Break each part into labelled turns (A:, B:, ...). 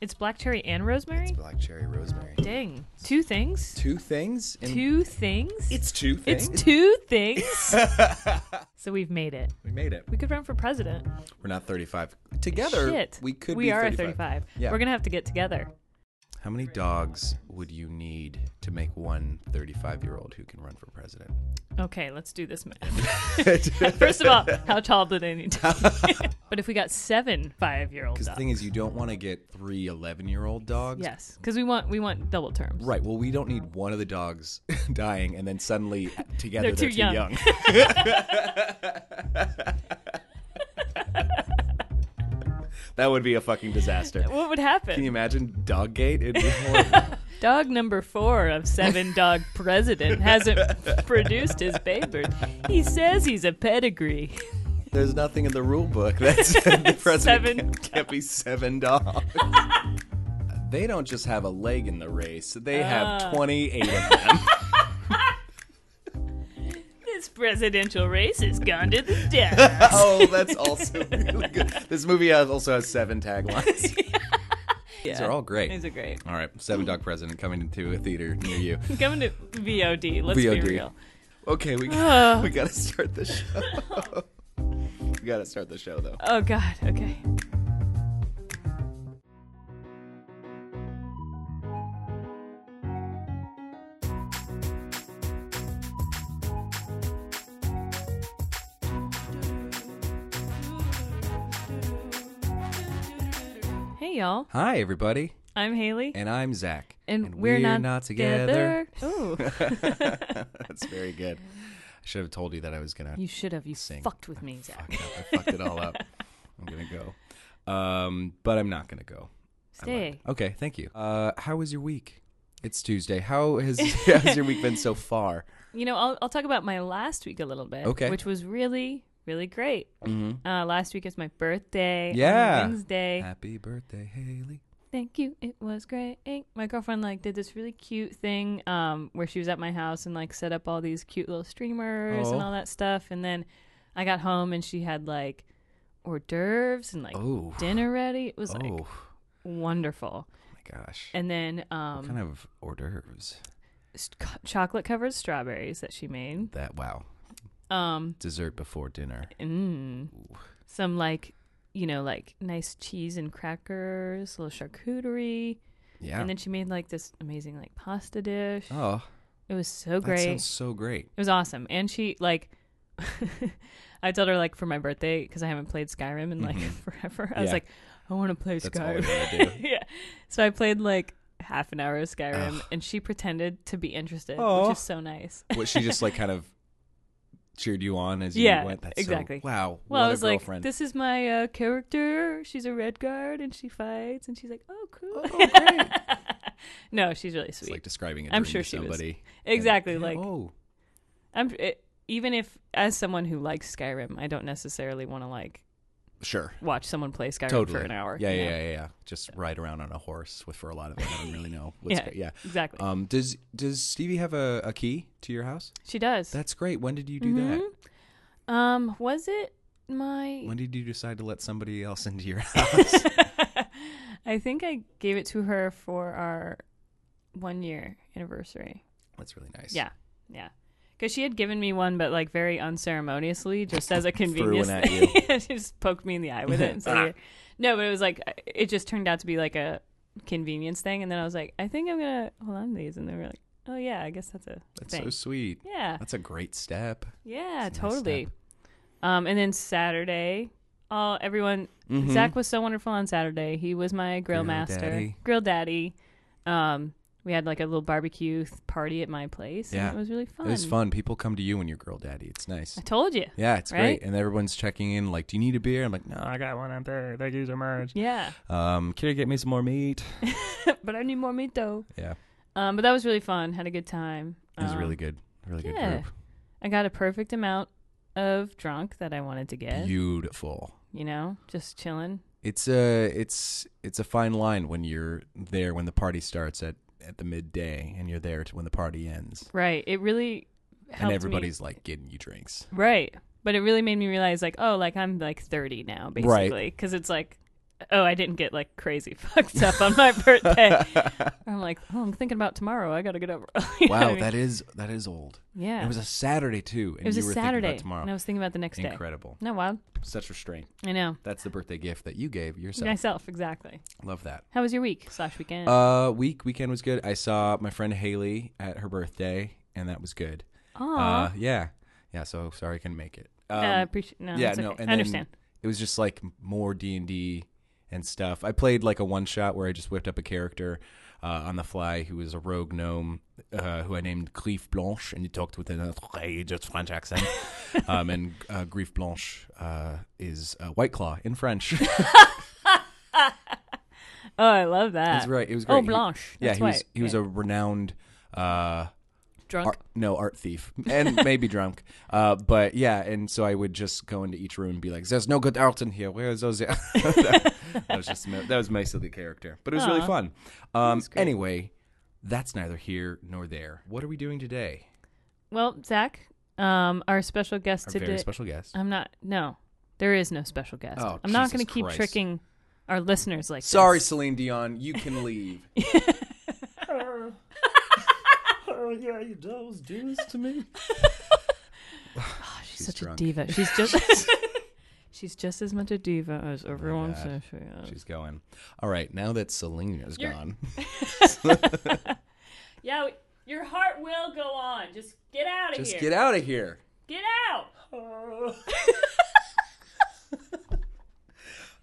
A: It's black cherry and rosemary.
B: It's black cherry rosemary.
A: Dang, two things.
B: Two things. In,
A: Two things.
B: It's two
A: It's
B: things.
A: two things. so we've made it.
B: we made it.
A: We could run for president.
B: We're not 35 together.
A: Shit.
B: We could
A: We
B: be
A: are
B: 35.
A: 35.
B: Yeah.
A: We're gonna have to get together.
B: How many dogs would you need to make one 35-year-old who can run for president?
A: Okay, let's do this math. First of all, how tall do they need to be? but if we got seven five-year-old
B: Because the
A: dogs,
B: thing is, you don't want to get three 11-year-old dogs.
A: yes, because we want we want double terms.
B: Right. Well, we don't need one of the dogs dying and then suddenly together
A: They're
B: they're,
A: too young.
B: that would be a fucking disaster.
A: What would
B: Can you
A: happen?
B: imagine Doggate? It'd be horrible.
A: Dog number four of seven dog president hasn't produced his papers. He says he's a pedigree.
B: There's nothing in the rule book that said the president
A: Seven
B: can't, can't be seven dogs. they don't just have a leg in the race; they
A: Ah.
B: have 28 of them.
A: This presidential race has gone to the death.
B: oh, that's also really good. This movie has- also has seven taglines. These are all great.
A: These are great.
B: All right, Seven Dog President coming into a theater near you.
A: Coming to VOD. Let's
B: VOD.
A: be real.
B: Okay, we
A: Ah.
B: we gotta start the show. we gotta start the show though.
A: Oh God. Okay. Hey y'all.
B: Hi everybody,
A: I'm Haley,
B: and I'm Zach,
A: and, we're, Ooh,
B: That's very good. I should have told you that I was gonna.
A: you should have. You fucked with me, Zach.
B: fuck up. I fucked it all up. I'm gonna go, um, but I'm not gonna go. I lied.
A: Stay.
B: Okay, thank you. Uh, how was your week? It's Tuesday. How has how's your week been so far?
A: You know, I'll, I'll talk about my last week a little bit.
B: Okay. Mm-hmm.
A: Which was really, really great. Uh, last week is my birthday. on
B: Yeah. Uh,
A: Wednesday.
B: Happy birthday, Haley.
A: Thank you. It was great. My girlfriend like did this really cute thing um, where she was at my house and like set up all these cute little streamers and
B: Oh.
A: all that stuff. And then I got home and she had like hors d'oeuvres and like
B: Oh.
A: dinner ready. It was like
B: Oh
A: wonderful.
B: my gosh.
A: And then um,
B: Kind of hors d'oeuvres.
A: st- co- chocolate covered strawberries that she made.
B: That wow.
A: Um,
B: Dessert before dinner.
A: mm, some like you know like nice cheese and crackers, little charcuterie,
B: Yeah.
A: and then she made like this amazing like pasta dish.
B: oh,
A: It was so
B: that
A: great.
B: sounds so great.
A: It was awesome. And she like I told her like for my birthday because I haven't played Skyrim in like forever. I was
B: Mm-hmm. Yeah.
A: like, I want to play
B: That's all I
A: Skyrim.
B: want to do.
A: yeah. So I played like half an hour of Skyrim, and she pretended to be interested,
B: Aw.
A: which is so nice.
B: What she just like kind of cheered you on as you
A: Yeah,
B: went. That's
A: exactly.
B: So, wow.
A: Well,
B: what
A: I was
B: a
A: like,
B: girlfriend.
A: "This is my uh, character. She's a red guard, and she fights." And she's like, "Oh, cool."
B: oh, great.
A: no, she's really
B: It's
A: sweet.
B: like describing a dream
A: I'm sure
B: to
A: she was.
B: somebody.
A: exactly.
B: And-
A: Like,
B: oh,
A: I'm it, even if as someone who likes Skyrim, I don't necessarily want to like
B: sure.
A: watch someone play Skyrim
B: Totally.
A: for an hour.
B: Yeah,
A: you
B: yeah,
A: know?
B: yeah, yeah, yeah. Just ride around on a horse with for a lot of it. I don't really know. What's
A: Yeah.
B: great. yeah.
A: Exactly.
B: Um, does does Stevie have a, a key to your house?
A: she does.
B: That's great. When did you do that?
A: Mm-hmm. um, was it my?
B: When did you decide to let somebody else into your house?
A: I think I gave it to her for our one year anniversary.
B: That's really nice.
A: Yeah, yeah. Because she had given me one, but like very unceremoniously, just as a convenience.
B: one at
A: thing. she just poked me in the eye with it. And said, "Here." no, but it was like it just turned out to be like a convenience thing, and then I was like, I think I'm gonna hold on to these, and they were like, Oh yeah, I guess that's a
B: That's
A: thing.
B: so sweet.
A: yeah,
B: That's a great step.
A: Yeah,
B: It's a nice
A: totally. um, and then Saturday, all everyone.
B: Mm-hmm.
A: Zach was so wonderful on Saturday. He was my grill,
B: Grill
A: master,
B: daddy.
A: grill daddy. Um, we had like a little barbecue th- party at my place.
B: Yeah.
A: and it was really fun.
B: It was fun. People come to you when you're girl daddy. It's nice.
A: I told you.
B: Yeah, it's
A: Right?
B: great. And everyone's checking in, like, do you need a beer? I'm like, no, I got one up there. Thank you so much.
A: Yeah,
B: Um, can you get me some more meat?
A: but I need more meat though.
B: Yeah,
A: Um, but that was really fun. Had a good time.
B: it was
A: Um,
B: really good. Really good
A: yeah.
B: group.
A: I got a perfect amount of drunk that I wanted to get. You,
B: Beautiful.
A: know, just chilling.
B: It's a it's it's a fine line when you're there when the party starts at at the midday and you're there to when the party ends
A: Right. It really helped
B: and
A: me-
B: everybody's like getting you drinks.
A: Right. But it really made me realize, like, oh, like I'm like 30 now,
B: Right.
A: basically, because it's like oh, I didn't get like crazy fucked up on my birthday. I'm like, oh, I'm thinking about tomorrow. I got to get over. You know what I
B: Wow,
A: mean?
B: that is that is old.
A: yeah.
B: It was a Saturday too, and
A: It was
B: you
A: a
B: were
A: Saturday.
B: thinking about
A: And I
B: tomorrow.
A: was thinking about the next day.
B: Incredible.
A: No, wild.
B: Such restraint.
A: I know.
B: That's the birthday gift that you gave yourself.
A: Myself, exactly.
B: Love that.
A: How was your week slash weekend?
B: Uh, week weekend was good. I saw my friend Haley at her birthday, and that was good.
A: Aw.
B: Uh, yeah, yeah. So sorry I couldn't make it. Um,
A: uh, appreciate. No,
B: yeah,
A: it's
B: no,
A: okay.
B: and
A: I
B: then-
A: understand.
B: it was just like more D and D and stuff. I played like a one shot where I just whipped up a character uh, on the fly who was a rogue gnome uh, who I named Grief Blanche, and he talked with an outrageous French accent. um, and uh, Grief Blanche uh, is uh, White Claw in French.
A: Oh, I love that.
B: That's right. It was great.
A: Oh,
B: He-
A: Blanche.
B: yeah,
A: That's
B: he was
A: white.
B: he was
A: Yeah.
B: a renowned. Uh,
A: drunk.
B: art, no art thief and maybe drunk uh but yeah and so i would just go into each room and be like there's no good art in here where is those that, was just my- that was my silly character but it was really
A: Aw.
B: fun um
A: great.
B: anyway that's neither here nor there what are we doing today
A: well, Zach, um, our special guest
B: our
A: today.
B: very special guest
A: I'm not. No, there is no special guest.
B: Oh,
A: I'm not
B: Jesus
A: going to keep
B: Christ.
A: tricking our listeners like
B: sorry
A: this.
B: celine dion you can leave oh Uh, yeah you always do this to me
A: Sorry, she's, such
B: drunk.
A: a diva. She's just. she's just as much a diva as everyone
B: bad.
A: says she is.
B: she's going all right now that celine is
A: You're-
B: gone
A: Yeah, your heart will go on. Just get out of
B: just
A: here.
B: get out of here
A: Get out.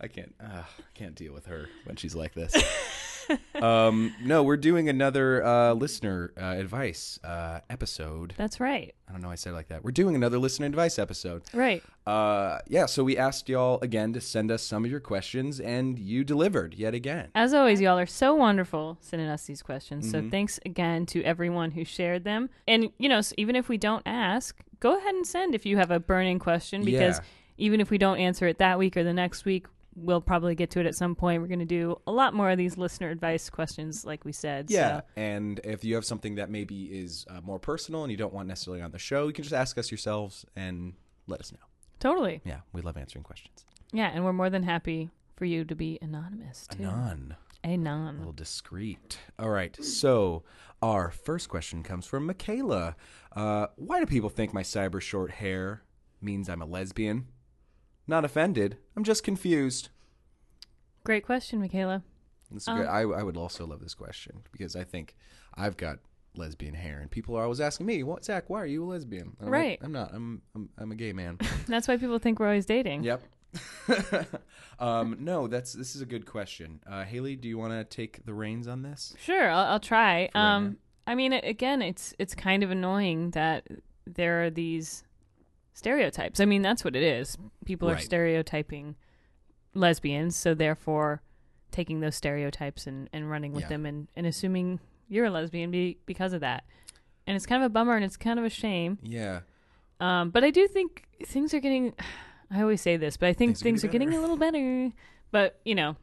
B: I can't. Uh, I can't deal with her when she's like this. um, no, we're doing another uh, listener uh, advice uh, episode.
A: That's right.
B: I don't know. why I said it like that. We're doing another listener advice episode.
A: Right.
B: Uh, yeah. So we asked y'all again to send us some of your questions, and you delivered yet again.
A: As always, y'all are so wonderful sending us these questions.
B: Mm-hmm.
A: So thanks again to everyone who shared them. And, you know, s even if we don't ask, go ahead and send if you have a burning question because
B: Yeah.
A: even if we don't answer it that week or the next week, we'll probably get to it at some point. We're going to do a lot more of these listener advice questions, like we said.
B: Yeah,
A: So,
B: and if you have something that maybe is uh, more personal and you don't want necessarily on the show, you can just ask us yourselves and let us know.
A: totally.
B: Yeah, we love answering questions.
A: Yeah. And we're more than happy for you to be anonymous, too.
B: None.
A: Anon.
B: little discreet. All right. So our first question comes from Michaela. Uh, why do people think my cyber short hair means I'm a lesbian? Not offended. I'm just confused.
A: Great question, Michaela.
B: This is good. I, I would also love this question because I think I've got lesbian hair, and people are always asking me, "What, Zach? Why are you a lesbian?" And I'm like,
A: Right.
B: I'm not. I'm I'm, I'm a gay man.
A: That's why people think we're always dating.
B: yep. um, no, that's this is a good question. Uh, Haley, do you want to take the reins on this?
A: Sure, I'll, I'll try.
B: right
A: Um, I mean, a- again, it's it's kind of annoying that there are these stereotypes. I mean, that's what it is. People are
B: Right.
A: stereotyping lesbians, so therefore taking those stereotypes and, and running with
B: Yeah.
A: them and, and assuming you're a lesbian be, because of that. And it's kind of a bummer and it's kind of a shame.
B: Yeah.
A: Um, but I do think things are getting. I always say this, but I think
B: Things
A: things,
B: are
A: are,
B: getting
A: getting a little better. But you know,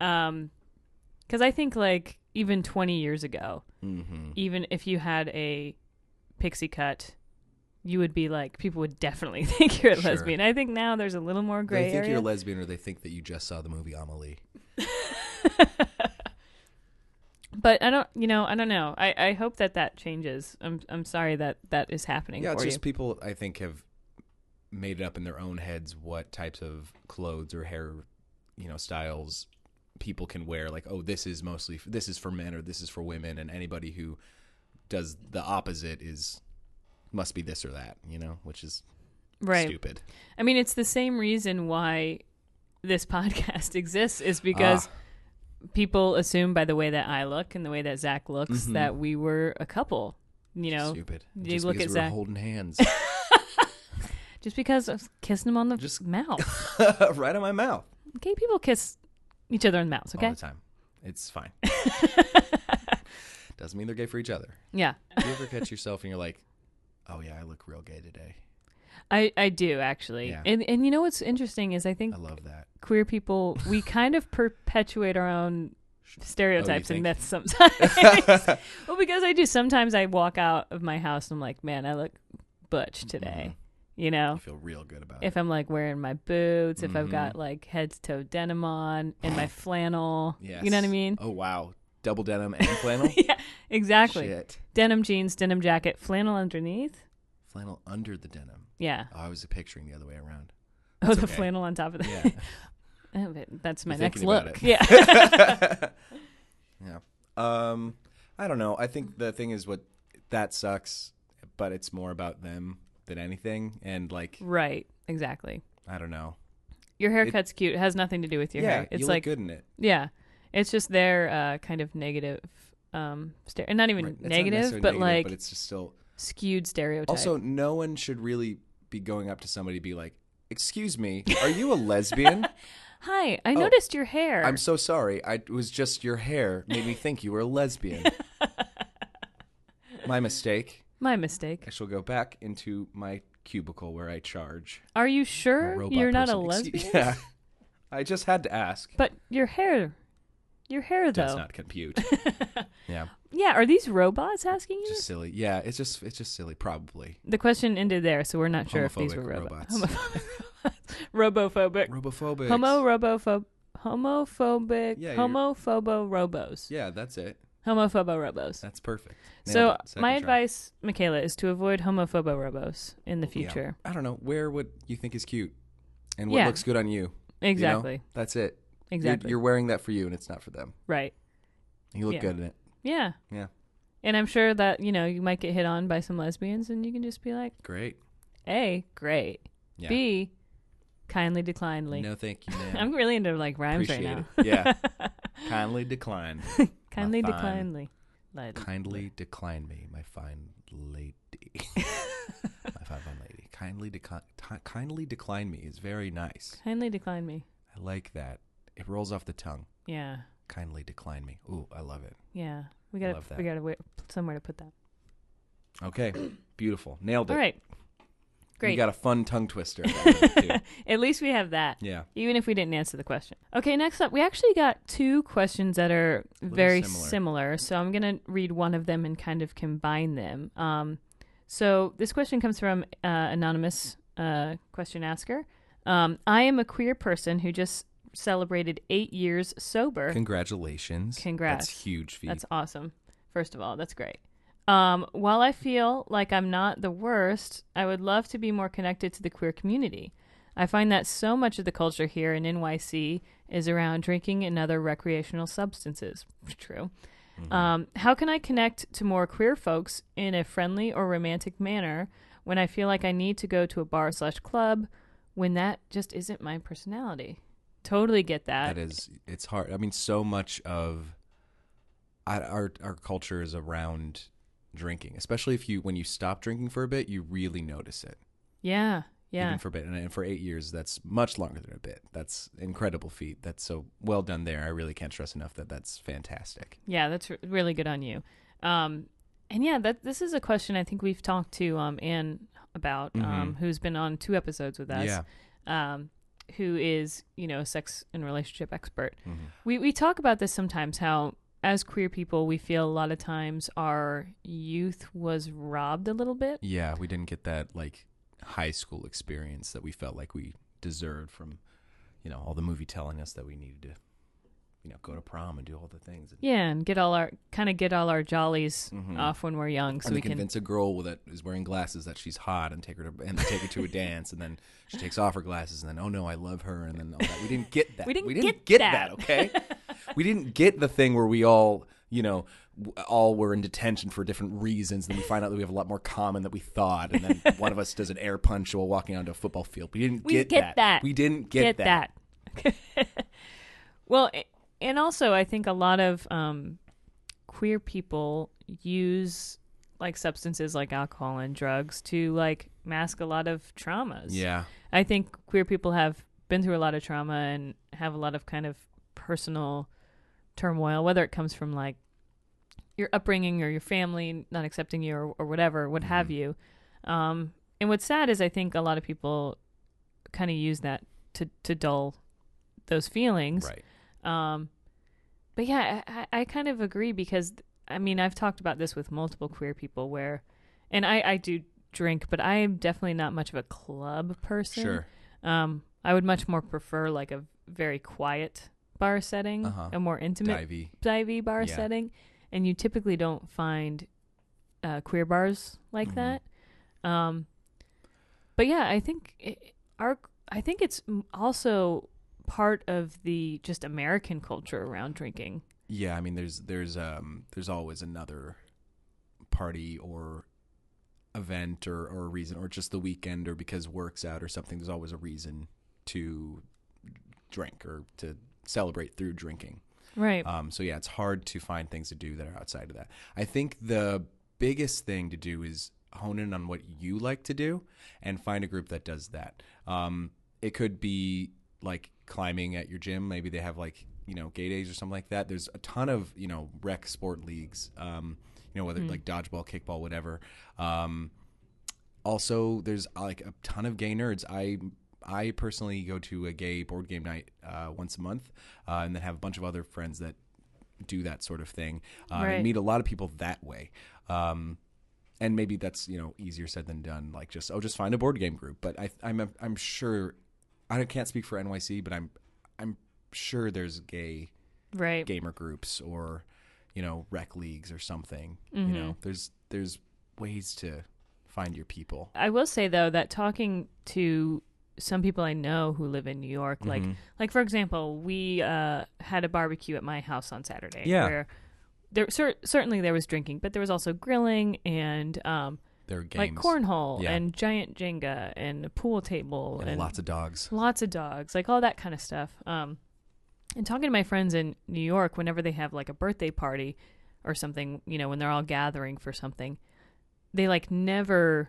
A: um, because I think like even twenty years ago,
B: Mm-hmm.
A: even if you had a pixie cut, you would be like people would definitely think you're a
B: Sure.
A: lesbian. I think now there's a little more gray
B: they think
A: area.
B: you're a lesbian or they think that you just saw the movie Amelie.
A: but I don't, you know, I don't know. I, I hope that that changes. I'm I'm sorry that that is happening
B: Yeah,
A: for
B: it's
A: you.
B: just people I think have made it up in their own heads what types of clothes or hair, you know, styles people can wear like oh this is mostly this is for men or this is for women and anybody who does the opposite is must be this or that, you know, which is
A: right.
B: stupid.
A: I mean, it's the same reason why this podcast exists is because people assume by the way that I look and the way that Zach looks that we were a couple. You know,
B: stupid.
A: you
B: Mm-hmm. Just
A: look
B: because
A: at
B: we're
A: Zach-
B: holding hands
A: just because I was kissing him on the
B: Just-
A: mouth.
B: right on my mouth
A: Gay people kiss each other on the mouth.
B: all
A: Okay.
B: the time. It's fine. Doesn't mean they're gay for each other.
A: Yeah,
B: you ever catch yourself and you're like, "Oh yeah, I look real gay today."
A: I I do actually.
B: Yeah.
A: And and you know what's interesting is I think
B: I love that.
A: queer people we kind of perpetuate our own stereotypes
B: Oh, think?
A: and myths sometimes.
B: Mm-hmm.
A: well, because I do. Sometimes I walk out of my house and I'm like, man, I look butch today. You
B: I
A: know,
B: feel real good about it.
A: if I'm like wearing my boots, if
B: mm-hmm.
A: I've got like head to toe denim on and my flannel.
B: Yes.
A: You know what I mean?
B: Oh wow, double denim and flannel.
A: yeah, exactly.
B: Shit,
A: Denim jeans, denim jacket, flannel underneath.
B: flannel under the denim.
A: Yeah.
B: Oh, I was picturing the other way around.
A: Oh, the
B: okay.
A: flannel on top of that.
B: Yeah.
A: Oh, but that's my
B: You're
A: next
B: thinking about
A: look.
B: it.
A: Yeah.
B: yeah. Um, I don't know. I think the thing is what that sucks, but it's more about them than anything. And like,
A: right. Exactly.
B: I don't know.
A: Your haircut's cute. It has nothing to do with your
B: yeah,
A: hair. It's
B: you
A: like
B: look good in it.
A: yeah, it's just their uh, kind of negative um stare, and not even
B: Right. It's not
A: negative,
B: necessarily
A: but like
B: but it's just still.
A: skewed stereotype.
B: Also, no one should really be going up to somebody to be like, "Excuse me, are you a lesbian?
A: hi, I noticed your hair.
B: oh, I'm so sorry. I it was just your hair made me think you were a lesbian. My mistake.
A: my mistake.
B: I shall go back into my cubicle where I charge.
A: Are you
B: a
A: sure
B: robot
A: you're not a
B: person. Excuse-
A: lesbian?
B: Yeah. I just had to ask.
A: But your hair, your hair
B: Does
A: though.
B: not compute. yeah.
A: Yeah, are these robots asking you?
B: Just silly. Yeah, it's just it's just silly, probably.
A: the question ended there, so we're not sure if these
B: Homophobic
A: were robo-
B: robots.
A: homophobic, robophobic,
B: Robophobic.
A: homo robophob, homophobic,
B: Yeah, you're-
A: homophobo robos,
B: Yeah, that's it.
A: homophobo robos.
B: That's perfect. Nailed
A: So
B: it. Second
A: my
B: try.
A: advice, Michaela, is to avoid homophobo robos in the
B: Yeah.
A: future.
B: I don't know. Wear what you think is cute and what
A: Yeah.
B: looks good on you. you know?
A: Exactly.
B: That's it. You're-
A: Exactly.
B: You're, wearing that for you and it's not for them.
A: right.
B: You look
A: Yeah.
B: good in it.
A: Yeah.
B: Yeah.
A: And I'm sure that, you know, you might get hit on by some lesbians and you can just be like,
B: Great.
A: A, great.
B: Yeah.
A: B, kindly declinely.
B: No thank you, man.
A: I'm really into like rhymes
B: Appreciate
A: right now.
B: it. Yeah. Kindly decline.
A: Kindly
B: fine.
A: declinely. Like,
B: Kindly decline me, my fine lady. my fine, fine lady. Kindly decline. kindly decline me is very nice.
A: kindly decline me.
B: I like that. It rolls off the tongue.
A: Yeah.
B: Kindly decline me. Ooh, I love it.
A: Yeah. We got
B: Love
A: to
B: that.
A: we got to wait somewhere to put that.
B: Okay, beautiful. Nailed it.
A: All right.
B: You
A: Great.
B: got a fun tongue twister. out of it, too.
A: At least we have that.
B: yeah.
A: even if we didn't answer the question. Okay, next up, we actually got two questions that are very
B: similar.
A: similar. So I'm going to read one of them and kind of combine them. Um, so this question comes from uh, anonymous uh, question asker. Um, I am a queer person who just celebrated eight years sober.
B: Congratulations.
A: Congrats.
B: That's huge feat.
A: That's awesome. First of all, that's great. Um, while I feel like I'm not the worst, I would love to be more connected to the queer community. I find that so much of the culture here in NYC is around drinking and other recreational substances. True. Um, how can I connect to more queer folks in a friendly or romantic manner when I feel like I need to go to a bar slash club when that just isn't my personality? Totally get that.
B: that is it's hard i mean so much of I- our our culture is around drinking especially if you when you stop drinking for a bit you really notice it
A: yeah. Yeah.
B: even for a bit and, and for eight years that's much longer than a bit that's incredible feat that's so well done there i really can't stress enough that that's fantastic
A: Yeah, that's r- really good on you. Um, and yeah, that this is a question I think we've talked to um, Anne about, um, who's been on two episodes with us,
B: Mm-hmm. yeah
A: um, who is you know a sex and relationship expert.
B: Mm-hmm.
A: We we talk about this sometimes how as queer people we feel a lot of times our youth was robbed a little bit.
B: yeah we didn't get that like high school experience that we felt like we deserved from you know all the movie telling us that we needed to you know go to prom and do all the things
A: Yeah, and get all our kind of get all our jollies off when we're young, so
B: Mm-hmm. and
A: we
B: they
A: can
B: convince a girl that is wearing glasses that she's hot and take her to and take her to a dance and then she takes off her glasses and then oh no I love her and then all that. we didn't get that
A: We didn't get that.
B: okay we didn't get the thing where we all you know w- all were in detention for different reasons and we find out that we have a lot more common than we thought and then one of us does an air punch while walking onto a football field we didn't
A: We
B: get,
A: get
B: that.
A: that.
B: we didn't
A: get that. well, a- and also I think a lot of um, queer people use like substances like alcohol and drugs to like mask a lot of traumas.
B: yeah
A: I think queer people have been through a lot of trauma and have a lot of kind of personal turmoil, whether it comes from like your upbringing or your family not accepting you or, or whatever,
B: Mm-hmm.
A: what have you. Um, and what's sad is I think a lot of people kind of use that to, to dull those feelings.
B: right
A: Um, but yeah, I, I I kind of agree because I mean I've talked about this with multiple queer people where, and I I do drink, but I am definitely not much of a club person.
B: Sure.
A: Um, I would much more prefer like a very quiet bar setting,
B: Uh-huh.
A: a more intimate
B: Divey.
A: divey bar
B: Yeah.
A: setting, and you typically don't find uh, queer bars like
B: Mhm.
A: that. Um, but yeah, I think it, our I think it's m- also part of the just American culture around drinking.
B: Yeah, I mean, there's there's um there's always another party or event or or a reason or just the weekend or because work's out or something. There's always a reason to drink or to celebrate through drinking.
A: Right.
B: Um, so yeah, it's hard to find things to do that are outside of that. I think the biggest thing to do is hone in on what you like to do and find a group that does that. Um, it could be like climbing at your gym. Maybe they have like you know gay days or something like that. There's a ton of you know rec sport leagues. Um, you know whether like dodgeball, kickball, whatever. Um, also there's uh, like a ton of gay nerds i i personally go to a gay board game night uh, once a month uh, and then have a bunch of other friends that do that sort of thing uh,
A: Right.
B: and meet a lot of people that way um, and maybe that's you know easier said than done like just oh just find a board game group but i i'm i'm sure i can't speak for nyc but i'm i'm sure there's gay
A: right.
B: gamer groups or you know rec leagues or something you know there's there's ways to find your people
A: I will say though that talking to some people I know who live in New York, like
B: Mm-hmm.
A: like for example, we uh, had a barbecue at my house on Saturday.
B: Yeah.
A: Where there cer- certainly there was drinking, but there was also grilling and um,
B: There are games.
A: like cornhole
B: Yeah.
A: and giant Jenga and a pool table
B: and, lots of dogs.
A: lots of dogs, like all that kind of stuff. Um, and talking to my friends in New York, whenever they have like a birthday party or something, you know, when they're all gathering for something, they like never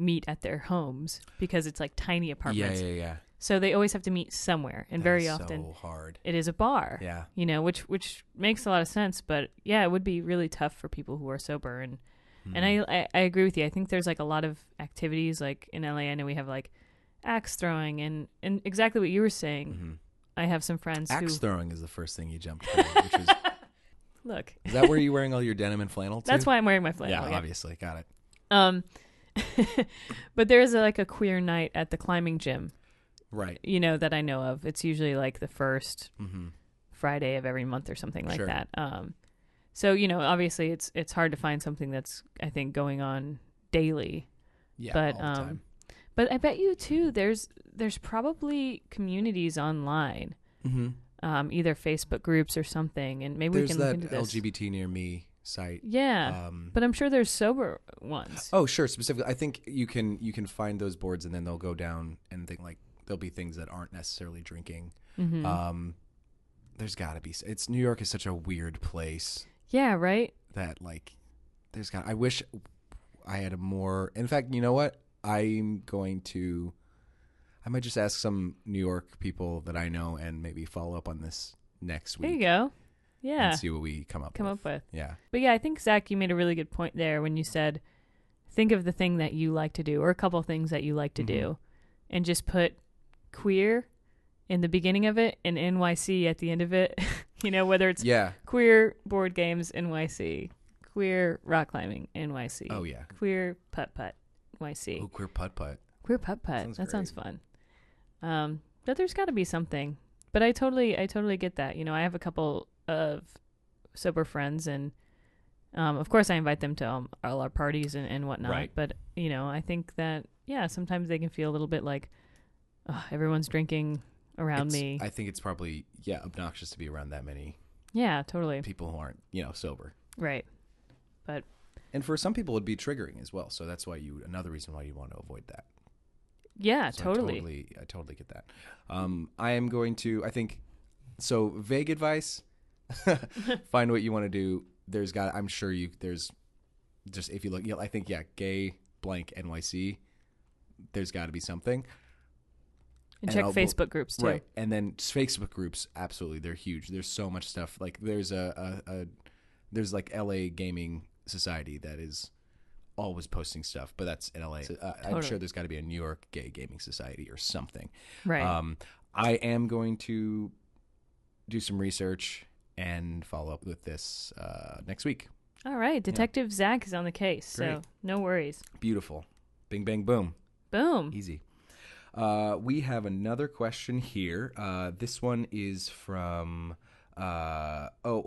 A: meet at their homes because it's like tiny
B: Yeah,
A: apartments.
B: yeah, yeah.
A: So they always have to meet somewhere, and
B: That
A: very
B: is
A: often
B: so hard.
A: it is a bar.
B: Yeah.
A: You know, which which makes a lot of sense, but yeah, it would be really tough for people who are sober and and
B: Hmm.
A: I, I I agree with you. I think there's like a lot of activities like in LA. I know we have like axe throwing and and exactly what you were saying. I have some friends
B: Mm-hmm. Axe
A: who
B: throwing is the first thing you jumped to. Which is,
A: look.
B: is that where you're wearing all your denim and flannel? Too?
A: That's why I'm wearing my flannel.
B: Yeah,
A: "Oh, yeah.
B: obviously, got it.
A: Um, but there is a, like a queer night at the climbing gym.
B: Right.
A: You know that I know of. It's usually like the first
B: Mm-hmm.
A: Friday of every month or something like
B: Sure.
A: that. Um, so you know, obviously it's it's hard to find something that's I think going on daily.
B: Yeah.
A: But,
B: all the
A: um,
B: time.
A: But I bet you too. There's there's probably communities online,
B: Mm-hmm.
A: um, either Facebook groups or something, and maybe
B: There's
A: we can
B: that
A: look into this.
B: LGBT near me site.
A: Yeah,
B: Um,
A: but I'm sure there's sober ones.
B: oh, sure. Specifically, I think you can you can find those boards, and then they'll go down and think like there'll be things that aren't necessarily drinking.
A: Mhm.
B: Um, there's got to be. s- It's New York is such a weird place.
A: yeah, right.
B: that like there's got I wish I had a more in fact, you know what? I'm going to I might just ask some New York people that I know and maybe follow up on this next
A: There you
B: week
A: go. Yeah,
B: and see what we come up
A: come
B: with.
A: up with.
B: Yeah.
A: But yeah, I think Zach, you made a really good point there when you said, think of the thing that you like to do, or a couple things that you like to
B: Mhm.
A: do, and just put queer in the beginning of it and NYC at the end of it. you know, whether it's
B: Yeah.
A: queer board games NYC, queer rock climbing NYC,
B: Oh yeah.
A: queer putt putt NYC,
B: Oh, queer putt putt.
A: queer putt putt.
B: Sounds
A: that sounds fun. Um, but there's got to be something. But I totally, I totally get that. You know, I have a couple of sober friends, and um, of course, I invite them to um, all our parties and, and whatnot.
B: Right.
A: But you know, I think that yeah, sometimes they can feel a little bit like "Ugh, everyone's drinking around
B: It's-
A: me.
B: I think it's probably yeah, obnoxious to be around that many
A: yeah, totally.
B: people who aren't, you know, sober.
A: Right.
B: And for some people it'd be triggering as well. So that's why you another reason why you want to avoid that.
A: Yeah,
B: So I
A: totally.
B: totally. I totally get that. Um, I am going to. I think so. Vague advice. find what you want to do. There's got. I'm sure you. There's just if you look. Yeah, I think yeah. Gay blank NYC. There's got to be something.
A: And
B: And
A: check
B: I'll-
A: Facebook groups too.
B: Right. And then Facebook groups, absolutely, they're huge. There's so much stuff. Like there's a, a, a there's like LA gaming society that is always posting stuff, but that's in LA. So, uh, I'm
A: Totally.
B: sure there's got to be a New York gay gaming society or something.
A: Right.
B: Um, I am going to do some research and follow up with this uh, next week.
A: All right. Detective Zach is on the case, so
B: Great.
A: no worries.
B: Beautiful. Bing, bang, boom.
A: Boom.
B: Easy. Uh, we have another question here. Uh, this one is from uh, oh,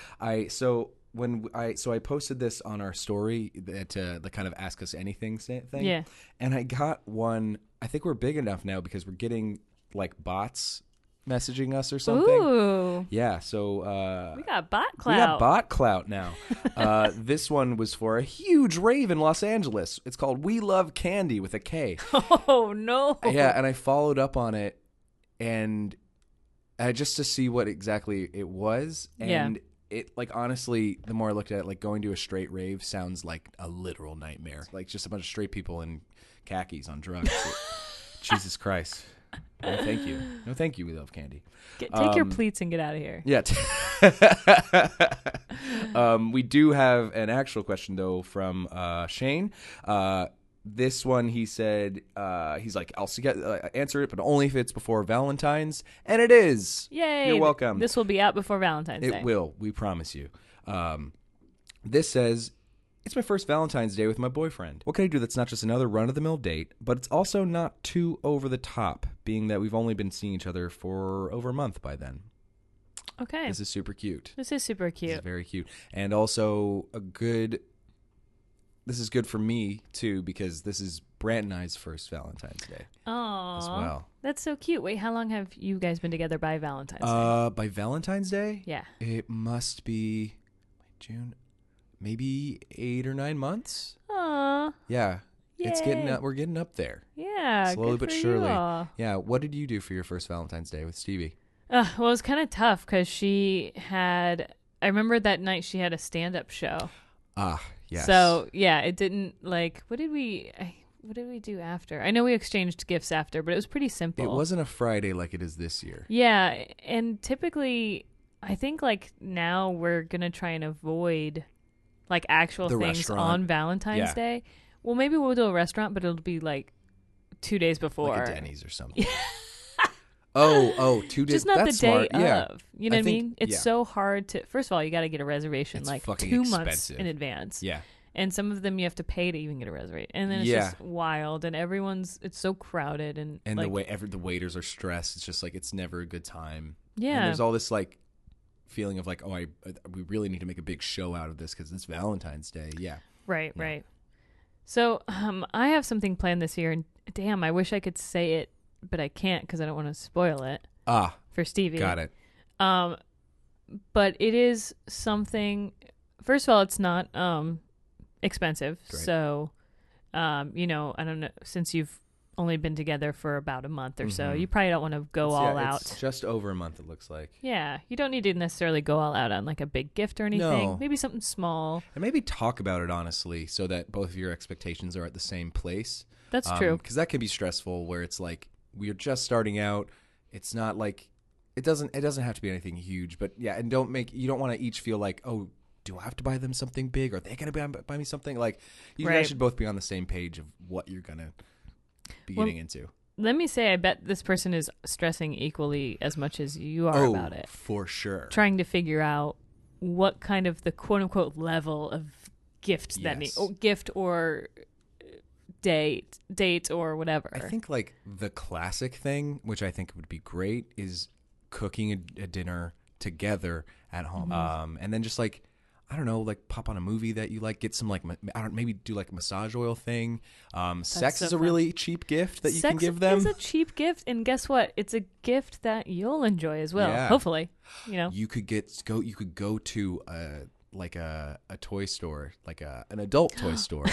B: I so when I so I posted this on our story that uh, the kind of ask us anything sa- thing.
A: Yeah.
B: And I got one. I think we're big enough now because we're getting like bots messaging us or something.
A: Ooh.
B: Yeah. So uh,
A: We got bot
B: we got
A: clout.
B: bot clout now. uh, this one was for a huge rave in Los Angeles. It's called We Love Candy with a K.
A: oh no.
B: yeah, and I followed up on it, and uh, just to see what exactly it was,
A: Yeah.
B: and it like honestly, the more I looked at it, like going to a straight rave sounds like a literal nightmare. Like just a bunch of straight people in khakis on drugs. Jesus Christ. No, thank you. No, thank you. We love candy.
A: Get, take
B: um,
A: your pleats and get out of here.
B: Yeah. t- um, we do have an actual question though from uh, Shane. Uh, this one he said uh, he's like I'll see, uh, answer it, but only if it's before Valentine's, and it is.
A: Yay.
B: You're
A: th-
B: welcome.
A: This will be out before Valentine's
B: It
A: Day.
B: will. We promise you. Um, this says, It's my first Valentine's Day with my boyfriend. What can I do that's not just another run of the mill date, but it's also not too over the top, being that we've only been seeing each other for over a month by then?
A: okay.
B: This is super cute.
A: This is super
B: This
A: cute.
B: is very cute. And also a good. This is good for me too because this is Brant and I's first Valentine's Day
A: Oh,
B: as well.
A: that's so cute. Wait, how long have you guys been together by Valentine's Day?
B: Uh, by Valentine's Day,
A: Yeah.
B: It must be June, maybe eight or nine months.
A: Aw,
B: Yeah, it's getting
A: Yay.
B: up. We're getting up there
A: yeah.
B: slowly
A: good
B: but
A: for you
B: surely.
A: all.
B: Yeah. What did you do for your first Valentine's Day with Stevie?
A: Uh, well, it was kind of tough because she had. I remember that night she had a stand-up show.
B: Ah, yes.
A: So yeah, it didn't like. What did we? I, what did we do after? I know we exchanged gifts after, but it was pretty simple.
B: it wasn't a Friday like it is this year.
A: Yeah, and typically, I think like now we're gonna try and avoid like actual
B: The
A: things
B: restaurant.
A: on Valentine's
B: Yeah.
A: Day. Well, maybe we'll do a restaurant, but it'll be like two days before.
B: Like a Denny's or something. oh, oh, two days.
A: Just not
B: That's
A: the day
B: smart. Yeah.
A: of. You know what
B: I
A: I
B: think-
A: mean? It's
B: yeah.
A: so hard to. First of all, you got to get a reservation
B: It's
A: like two
B: fucking
A: months
B: expensive.
A: in advance.
B: Yeah.
A: And some of them you have to pay to even get a reservation. And then it's
B: Yeah.
A: just wild, and everyone's it's so crowded and
B: And the
A: like,
B: way every, the waiters are stressed, it's just like it's never a good time. And
A: yeah.
B: there's all this like feeling of like, oh, I we really need to make a big show out of this because it's Valentine's Day. Yeah.
A: Right, right. So um, I have something planned this year, and damn, I wish I could say it, but I can't because I don't want to spoil it
B: Ah,
A: for Stevie.
B: got it.
A: Um, but it is something. First of all, it's not um expensive,
B: Great.
A: so um, you know, I don't know. Since you've only been together for about a month or so,
B: Mhm.
A: you probably don't want to go all
B: Yeah,
A: out.
B: it's just over a month. It looks like.
A: yeah, you don't need to necessarily go all out on like a big gift or anything.
B: No.
A: Maybe something small.
B: And maybe talk about it honestly, so that both of your expectations are at the same place.
A: That's true.
B: Because Um, that can be stressful, where it's like we're just starting out. It's not like it doesn't it doesn't have to be anything huge, but yeah, and don't make you don't want to each feel like oh. Do I have to buy them something big? Are they gonna buy, buy me something? Like you
A: Right.
B: guys should both be on the same page of what you're gonna be
A: Well,
B: getting into.
A: Let me say, I bet this person is stressing equally as much as you are
B: oh,
A: about it,
B: for sure.
A: trying to figure out what kind of the quote unquote level of gift that means,
B: Yes.
A: or gift or uh, date, date or whatever.
B: I think like the classic thing, which I think would be great, is cooking a, a dinner together at
A: Mm-hmm.
B: home, um, and then just like I don't know, like pop on a movie that you like, get some like ma- I don't maybe do like a massage oil thing. Um, sex
A: so
B: is a
A: fun.
B: really cheap gift that you
A: Sex
B: can give them.
A: is a cheap gift, and guess what? It's a gift that you'll enjoy as well.
B: Yeah.
A: Hopefully, you know.
B: you could get go you could go to a like a, a toy store like a an adult toy store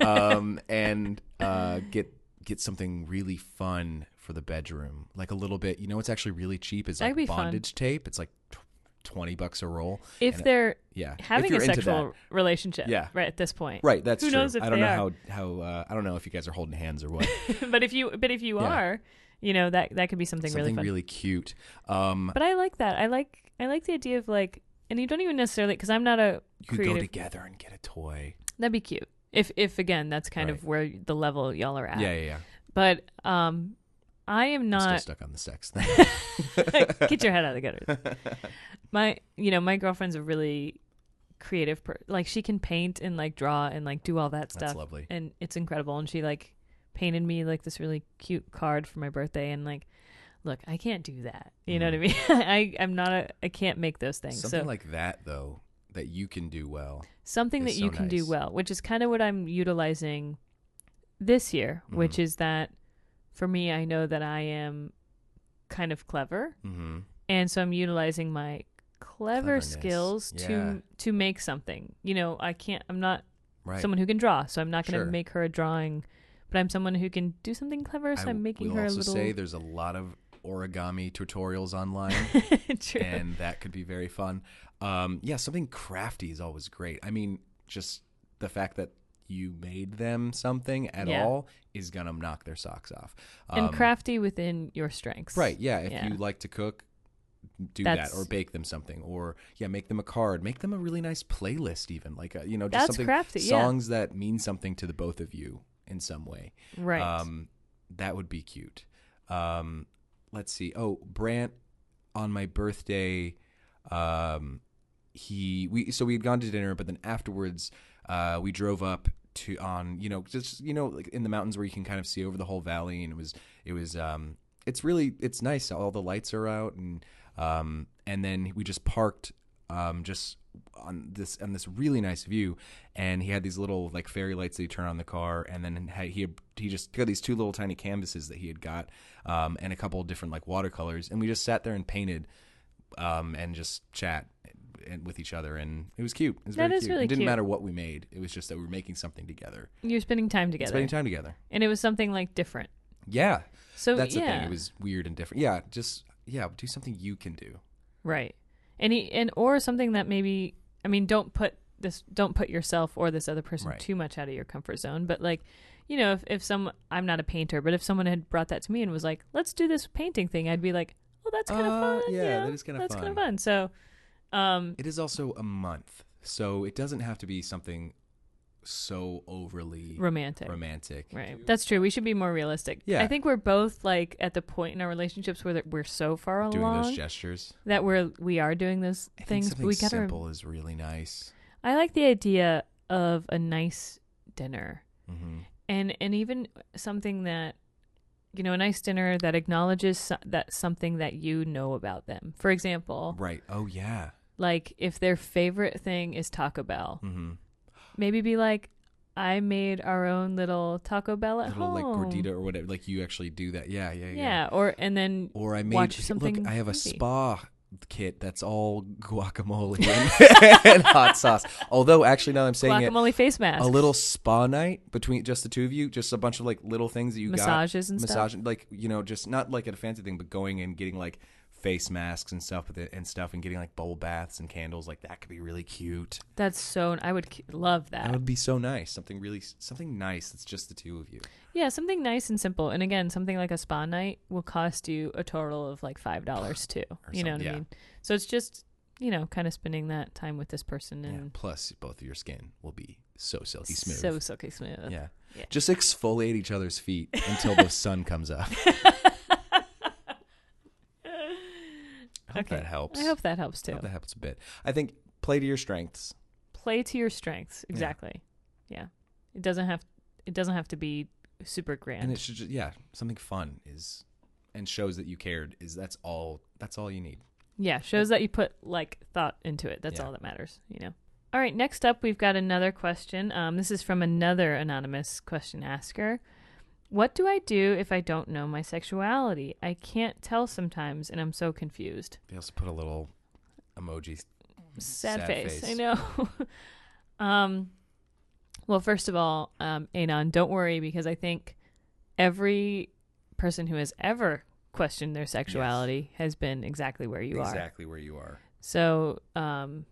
B: um and uh get get something really fun for the bedroom like a little bit you know what's actually really cheap is
A: That'd be
B: like
A: fun.
B: bondage tape it's like tw- 20 bucks a roll
A: if they're
B: yeah if
A: having
B: you're
A: a
B: into
A: sexual
B: that.
A: relationship,
B: Yeah.
A: right at this point,
B: right that's
A: Who
B: true
A: knows if
B: i don't
A: they
B: know
A: are.
B: how how uh, i don't know if you guys are holding hands or what
A: but if you, but if you
B: Yeah.
A: are, you know that that could be something,
B: something
A: really fun.
B: really, cute um
A: But I like that. I like I like the idea of like, and you don't even necessarily because I'm not a
B: you could go
A: creative.
B: together and get a toy
A: That'd be cute. If if again, that's kind
B: Right.
A: of where the level y'all are at.
B: yeah yeah yeah
A: But um, I am
B: i'm still
A: not.
B: stuck on the sex thing
A: Get your head out of the gutter. my you know my girlfriend's a really creative per- like she can paint and like draw and like do all that stuff
B: That's lovely.
A: and it's incredible and she like painted me like this really cute card for my birthday and like look i can't do that you know what i mean i i'm not a i can't make those things
B: Mm-hmm. Something
A: so
B: like that though that you can do well.
A: something that
B: is
A: you
B: so
A: can do
B: nice.
A: well which is kind of what i'm utilizing this year
B: Mm-hmm.
A: which is that for me i know that i am kind of clever
B: Mm-hmm.
A: and so I'm utilizing my clever
B: Cleverness.
A: skills
B: Yeah.
A: to to make something. You know, I can't. I'm not
B: Right.
A: someone who can draw, so I'm not going to
B: Sure.
A: make her a drawing. But I'm someone who can do something clever, so
B: I
A: I'm making
B: will
A: her a
B: also
A: little.
B: say there's a lot of origami tutorials online.
A: True.
B: and that could be very fun. Um, yeah, something crafty is always great. I mean, just the fact that you made them something at
A: Yeah.
B: all is gonna knock their socks off.
A: and
B: Um,
A: crafty within your strengths.
B: right? Yeah, if
A: yeah.
B: you like to cook, do
A: That's-
B: that or bake them something, or yeah, make them a card, make them a really nice playlist, even like a, you know, just
A: That's
B: something
A: crafty, yeah.
B: songs that mean something to the both of you in some way.
A: Right.
B: Um, that would be cute. Um, let's see. Oh, Brant, on my birthday, um, he we so we had gone to dinner, but then afterwards, uh, we drove up to on you know just you know like in the mountains where you can kind of see over the whole valley, and it was it was um, it's really it's nice. All the lights are out, and um, and then we just parked um, just on this on this really nice view, and he had these little like fairy lights that he turned on the car, and then had, he he just got these two little tiny canvases that he had got, um, and a couple of different like watercolors, and we just sat there and painted, um, and just chat and with each other, and it was cute. It was
A: That
B: very
A: is
B: cute.
A: really
B: it didn't
A: cute.
B: matter what we made; it was just that we were making something together,
A: You're spending time together,
B: spending time together.
A: and it was something like different.
B: Yeah,
A: So
B: that's
A: yeah.
B: the thing. It was weird and different. Yeah, just yeah, do something you can do.
A: Right. And he, and or something that maybe I mean don't put this don't put yourself or this other person
B: Right.
A: too much out of your comfort zone, but like you know, if if some I'm not a painter, but if someone had brought that to me and was like, "Let's do this painting thing." I'd be like, "Oh, that's kind of
B: Uh,
A: fun."
B: yeah,
A: you know?
B: that is kinda
A: That's kind of
B: fun.
A: fun. So um
B: It is also a month, so it doesn't have to be something so overly
A: romantic.
B: romantic.
A: Right. That's true. We should be more realistic.
B: Yeah.
A: I think we're both like at the point in our relationships where that we're so far along
B: Doing those gestures.
A: that we're we are doing those
B: I
A: things,
B: think
A: but
B: something
A: we got to
B: simple is really nice.
A: I like the idea of a nice dinner
B: hmm
A: and and even something that you know a nice dinner that acknowledges so- that something that you know about them. For example,
B: Right. Oh yeah.
A: like if their favorite thing is Taco Bell,
B: Mm-hmm.
A: maybe be like I made our own little Taco Bell at
B: Little
A: home.
B: like gordita or whatever. Like you actually do that. Yeah. Yeah.
A: Yeah.
B: Yeah.
A: or and then
B: Or I made
A: Watch something
B: Look, I have a
A: movie.
B: spa kit that's all guacamole and, and hot sauce. Although actually, now that I'm saying it,
A: guacamole face masks.
B: a little spa night between just the two of you, just a bunch of like little things that you
A: Massages
B: got,
A: and stuff?
B: massage, like you know, just not like at a fancy thing, but going and getting like face masks and stuff with it and stuff, and getting like bowl baths and candles, like that could be really cute.
A: That's so I would c- love that.
B: That would be so nice. Something really, something nice that's just the two of you.
A: Yeah, something nice and simple. And again, something like a spa night will cost you a total of like five dollars too. You know
B: something,
A: what I
B: yeah.
A: mean? So it's just you know kind of spending that time with this person
B: Yeah.
A: and
B: Plus, both of your skin will be so silky smooth.
A: so silky smooth.
B: yeah.
A: Yeah.
B: Just exfoliate each other's feet until the sun comes up. I hope
A: Okay.
B: that helps.
A: I hope that helps
B: I
A: too.
B: hope that helps a bit. I think play to your strengths.
A: Play to your strengths. Exactly. Yeah. It doesn't have it doesn't have to be super grand.
B: and it should just yeah something fun is and shows that you cared is that's all that's all you need
A: Yeah, shows that you put like thought into it. That's
B: Yeah.
A: all that matters, you know. All right, next up, we've got another question. Um, this is from another anonymous question asker. What do I do if I don't know my sexuality? I can't tell sometimes, and I'm so confused.
B: they also put a little emoji
A: Sad,
B: Sad
A: face.
B: face.
A: I know. um, well, first of all, um, Anon, don't worry because I think every person who has ever questioned their sexuality has been exactly where you are.
B: exactly where you are
A: So um,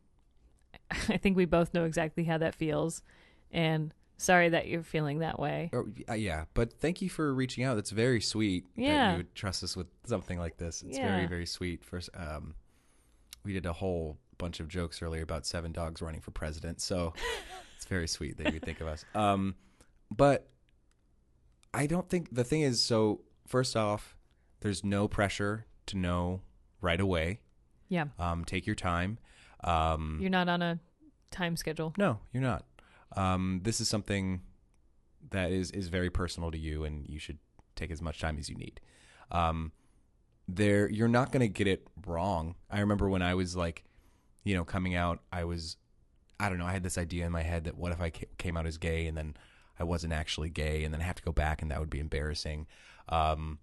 A: I think we both know exactly how that feels. And sorry that you're feeling that way.
B: or, uh, yeah but thank you for reaching out that's very sweet that
A: Yeah.
B: you would trust us with something like this it's
A: Yeah.
B: very very sweet first um we did a whole bunch of jokes earlier about seven dogs running for president so it's very sweet that you would think of us um but i don't think the thing is so first off there's no pressure to know right away
A: Yeah.
B: Um, take your time. Um,
A: You're not on a time schedule.
B: No, you're not. Um, this is something that is is very personal to you, and you should take as much time as you need. Um, there, you're not going to get it wrong. I remember when I was like, you know, coming out, I was, I don't know, I had this idea in my head that what if I ca- came out as gay and then I wasn't actually gay, and then I have to go back, and that would be embarrassing. Um,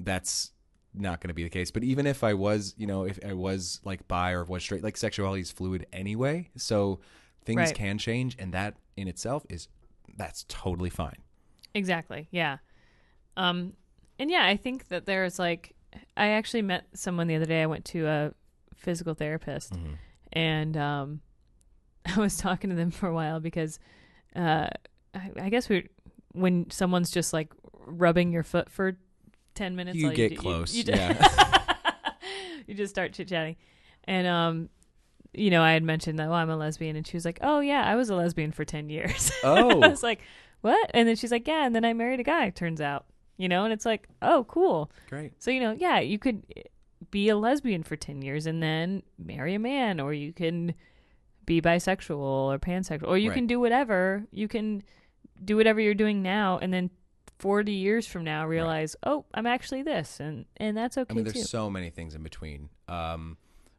B: that's not going to be the case. But even if I was, you know, if I was like bi or was straight, like sexuality is fluid anyway. So things
A: Right.
B: can change. And that in itself is, that's totally fine.
A: Exactly. Yeah. Um, and yeah, I think that there's like, I actually met someone the other day. I went to a physical therapist, and um, I was talking to them for a while because, uh, I, I guess we, when someone's just like rubbing your foot for ten minutes,
B: you
A: all
B: get
A: do-
B: close.
A: you do-
B: yeah.
A: you just start chit chatting. And um, you know, I had mentioned that, well, I'm a lesbian, and she was like, Oh yeah, I was a lesbian for ten years. I
B: oh,
A: was like, What? And then she's like, Yeah, and then I married a guy, turns out. You know, and it's like, Oh, cool.
B: great.
A: So, you know, yeah, you could eh, be a lesbian for ten years and then marry a man, or you can be bisexual or pansexual, or you
B: Right.
A: can do whatever. You can do whatever you're doing now and then 40 years from now realize oh i'm actually this and and that's okay
B: I mean,
A: too
B: there's so many things in between. Um,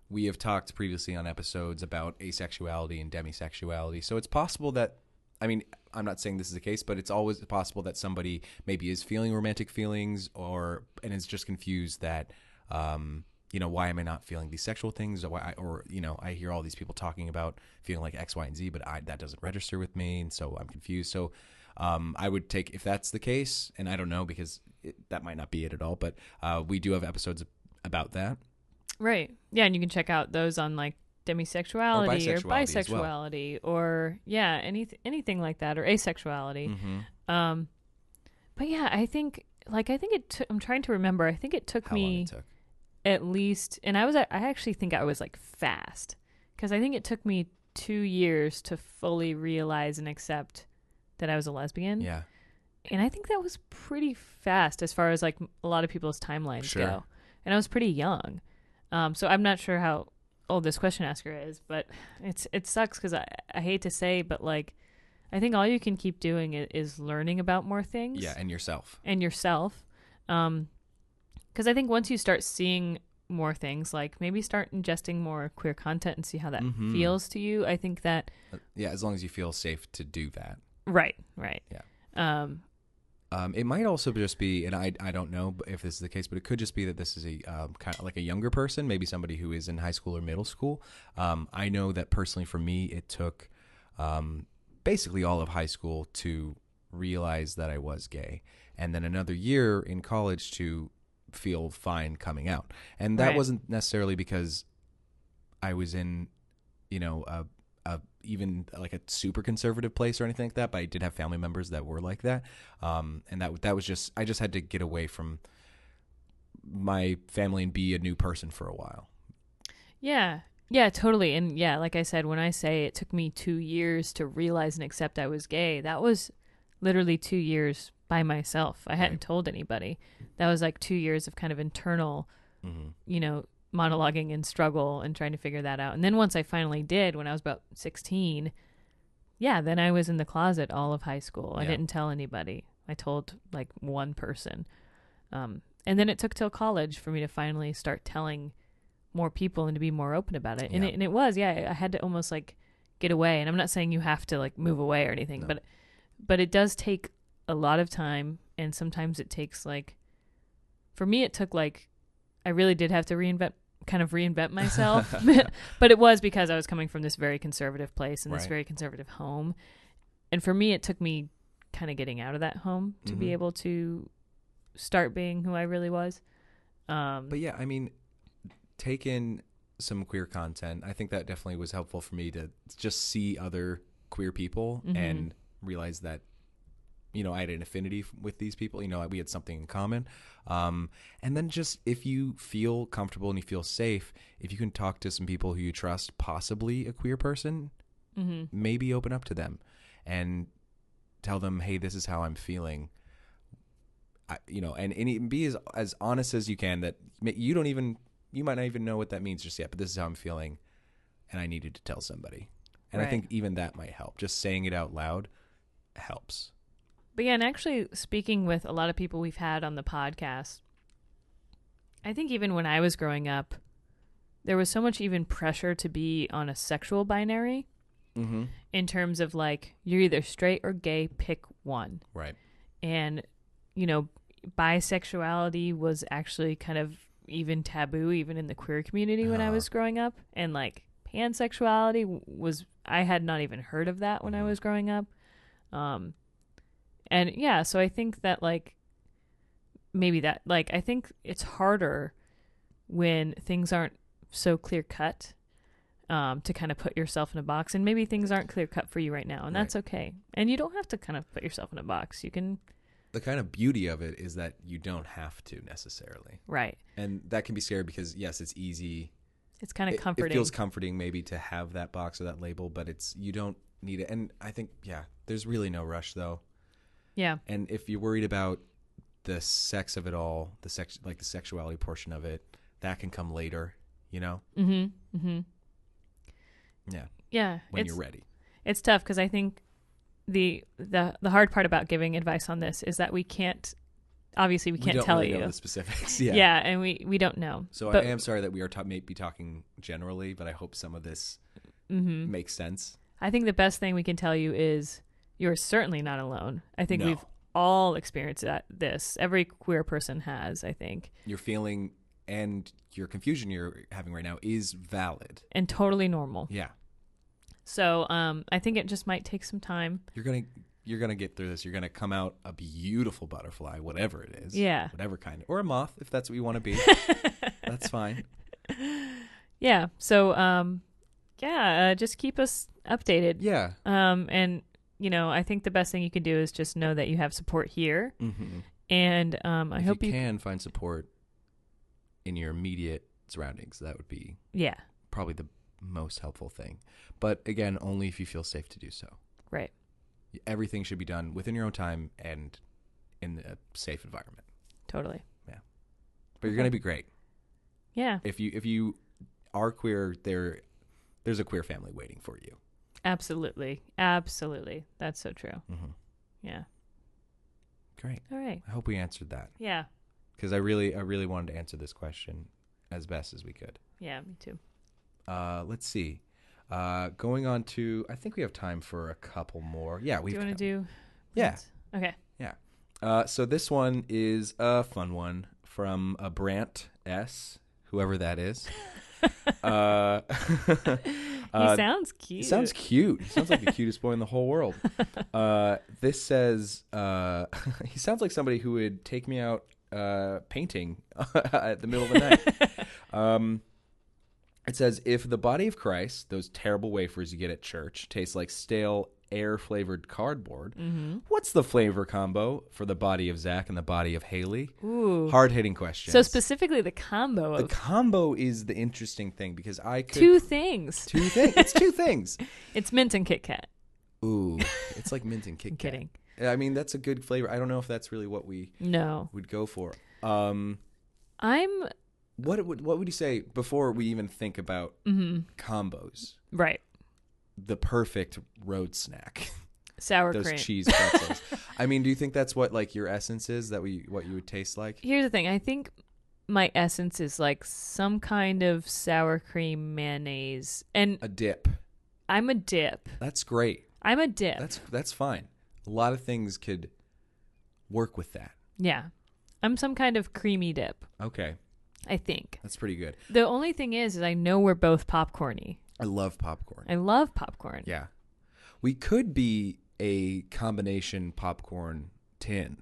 B: we have talked previously on episodes about asexuality and demisexuality. So it's possible that, I mean, I'm not saying this is the case, but it's always possible that somebody maybe is feeling romantic feelings or, and is just confused that, um, you know, why am I not feeling these sexual things? Or, why I, or, you know, I hear all these people talking about feeling like X, Y, and Z, but I, that doesn't register with me. And so I'm confused. So, um, I would take if that's the case, and I don't know because it, that might not be it at all. But uh, we do have episodes about that.
A: Right. Yeah, and you can check out those on like demisexuality or bisexuality,
B: bisexuality as well.
A: or yeah, any anything like that or asexuality.
B: Mm-hmm.
A: Um but yeah, I think like I think it took I'm trying to remember. I think it took
B: How long
A: me
B: it took?
A: at least and I was at- I actually think I was like fast cuz I think it took me 2 years to fully realize and accept that I was a lesbian.
B: Yeah,
A: And I think that was pretty fast as far as like a lot of people's timelines
B: Sure.
A: go. And I was pretty young. Um, so I'm not sure how old this question asker is, but it's it sucks because I, I hate to say, but like I think all you can keep doing is, is learning about more things
B: yeah, and yourself.
A: and yourself. Um, because I think once you start seeing more things, like maybe start ingesting more queer content and see how that
B: Mhm.
A: feels to you. I think that
B: Uh, Yeah, as long as you feel safe to do that.
A: right, right,
B: Yeah.
A: um,
B: Um, it might also just be, and I, I don't know b- if this is the case, but it could just be that this is a um, kind of like a younger person, maybe somebody who is in high school or middle school. Um, I know that personally for me, it took um, basically all of high school to realize that I was gay, and then another year in college to feel fine coming out. And that
A: Right.
B: wasn't necessarily because I was in, you know, a, a even like a super conservative place or anything like that. But I did have family members that were like that, um, and that that was just I just had to get away from my family and be a new person for a while.
A: Yeah. Yeah, totally. And yeah, like I said, when I say it took me two years to realize and accept I was gay, that was literally two years by myself. I hadn't
B: Right.
A: told anybody. That was like two years of kind of internal,
B: Mm-hmm.
A: you know, monologuing and struggle and trying to figure that out. And then once I finally did, when I was about 16, yeah, then I was in the closet all of high school. I
B: Yeah.
A: didn't tell anybody. I told like one person. Um, and then it took till college for me to finally start telling more people and to be more open about it. And,
B: Yeah.
A: it. and it was, yeah, I had to almost like get away. And I'm not saying you have to like move away or anything,
B: No.
A: but but it does take a lot of time. And sometimes it takes like, for me, it took like, I really did have to reinvent, kind of reinvent myself. but it was because I was coming from this very conservative place and this
B: Right.
A: very conservative home. And for me, it took me kind of getting out of that home to
B: Mhm.
A: be able to start being who I really was. Um,
B: But yeah, I mean, take in some queer content. I think that definitely was helpful for me to just see other queer people
A: Mhm.
B: and realize that you know I had an affinity f- with these people. You know, we had something in common. Um, and then just if you feel comfortable and you feel safe, if you can talk to some people who you trust, possibly a queer person,
A: mhm.
B: maybe open up to them and tell them, "Hey, this is how I'm feeling." I, you know, and, and even be as as honest as you can that ma- you don't even you might not even know what that means just yet, but this is how I'm feeling, and I needed to tell somebody. And I
A: Right.
B: think even that might help. Just saying it out loud helps.
A: But yeah, and actually speaking with a lot of people we've had on the podcast, I think even when I was growing up, there was so much even pressure to be on a sexual binary
B: Mm-hmm.
A: in terms of like you're either straight or gay, pick one.
B: Right.
A: And you know, bisexuality was actually kind of even taboo even in the queer community when I
B: Uh-huh.
A: was growing up and like pansexuality w- was I had not even heard of that when I
B: Mhm.
A: was growing up. Um and yeah, so I think that like maybe that like I think it's harder when things aren't so clear cut um to kind of put yourself in a box and maybe things aren't clear cut for you right now and
B: Right.
A: that's okay. And you don't have to kind of put yourself in a box. You can
B: The kind of beauty of it is that you don't have to necessarily.
A: right.
B: And that can be scary because yes, it's easy.
A: It's kind of
B: It-
A: comforting.
B: It feels comforting maybe to have that box or that label, but it's you don't need it. And I think yeah, there's really no rush though.
A: yeah.
B: And if you're worried about the sex of it all, the sex like the sexuality portion of it, that can come later, you know?
A: Mm-hmm. Mm-hmm.
B: Yeah.
A: Yeah.
B: When
A: it's
B: you're ready.
A: it's tough because I think the the the hard part about giving advice on this is that we can't obviously we can't
B: don't
A: tell
B: really
A: you.
B: know the specifics. Yeah.
A: and we we don't know.
B: So
A: but,
B: I am sorry that we are ta- may be talking generally, but I hope some of this
A: mhm.
B: makes sense.
A: I think the best thing we can tell you is you're certainly not alone. I think
B: No.
A: we've all experienced that this. Every queer person has, I think,
B: Your feeling and your confusion you're having right now is valid.
A: and totally normal.
B: Yeah.
A: So um, I think it just might take some time.
B: You're going to you're going to get through this. You're going to come out a beautiful butterfly, whatever it is.
A: Yeah.
B: Whatever kind. Or a moth if that's what you want to be. that's fine.
A: Yeah. So um, yeah, uh, just keep us updated.
B: Yeah.
A: Um, and you know, I think the best thing you can do is just know that you have support here,
B: Mhm.
A: and um, I
B: if
A: hope
B: you,
A: you,
B: can find support in your immediate surroundings. That would be
A: yeah,
B: probably the most helpful thing. But again, only if you feel safe to do so.
A: right,
B: Everything should be done within your own time and in a safe environment.
A: totally,
B: But you're
A: Okay.
B: going to be great.
A: yeah,
B: If you if you are queer, there there's a queer family waiting for you.
A: absolutely, absolutely, that's so true,
B: Mm-hmm.
A: yeah,
B: Great.
A: all right,
B: I hope we answered that
A: yeah,
B: because I really I really wanted to answer this question as best as we could.
A: yeah, me too,
B: Uh, let's see. Uh, going on to, I think we have time for a couple more. Yeah, we
A: do you want to do,
B: Yeah.
A: Blitz? okay,
B: Uh, so this one is a fun one from a Brant S, whoever that is. uh,
A: he
B: uh,
A: sounds cute,
B: he sounds cute. He sounds like the cutest boy in the whole world. Uh, this says uh, he sounds like somebody who would take me out uh, painting at the middle of the night. Um, it says if the body of Christ, those terrible wafers you get at church, tastes like stale air flavored cardboard,
A: Mm-hmm.
B: what's the flavor combo for the body of Zach and the body of Haley?
A: ooh,
B: Hard hitting question.
A: so specifically the combo
B: the
A: of
B: combo is the interesting thing because I could
A: two things,
B: two things. It's two things.
A: it's mint and Kit Kat.
B: Ooh, it's like mint and Kit
A: I'm
B: Kat.
A: kidding.
B: I mean, that's a good flavor. I don't know if that's really what we
A: No,
B: would go for. Um,
A: I'm
B: what would what would you say before we even think about
A: mhm,
B: combos?
A: right.
B: The perfect road snack.
A: Sour
B: Those
A: cream.
B: cheese pretzels. I mean, do you think that's what like your essence is? That we what you would taste like?
A: Here's the thing. I think my essence is like some kind of sour cream mayonnaise, and
B: A dip.
A: I'm a dip.
B: That's great.
A: I'm a dip.
B: That's that's fine. A lot of things could work with that.
A: yeah, I'm some kind of creamy dip.
B: Okay,
A: I think
B: that's pretty good.
A: the only thing is, is I know we're both popcorny.
B: I love popcorn.
A: I love popcorn.
B: Yeah. We could be a combination popcorn tin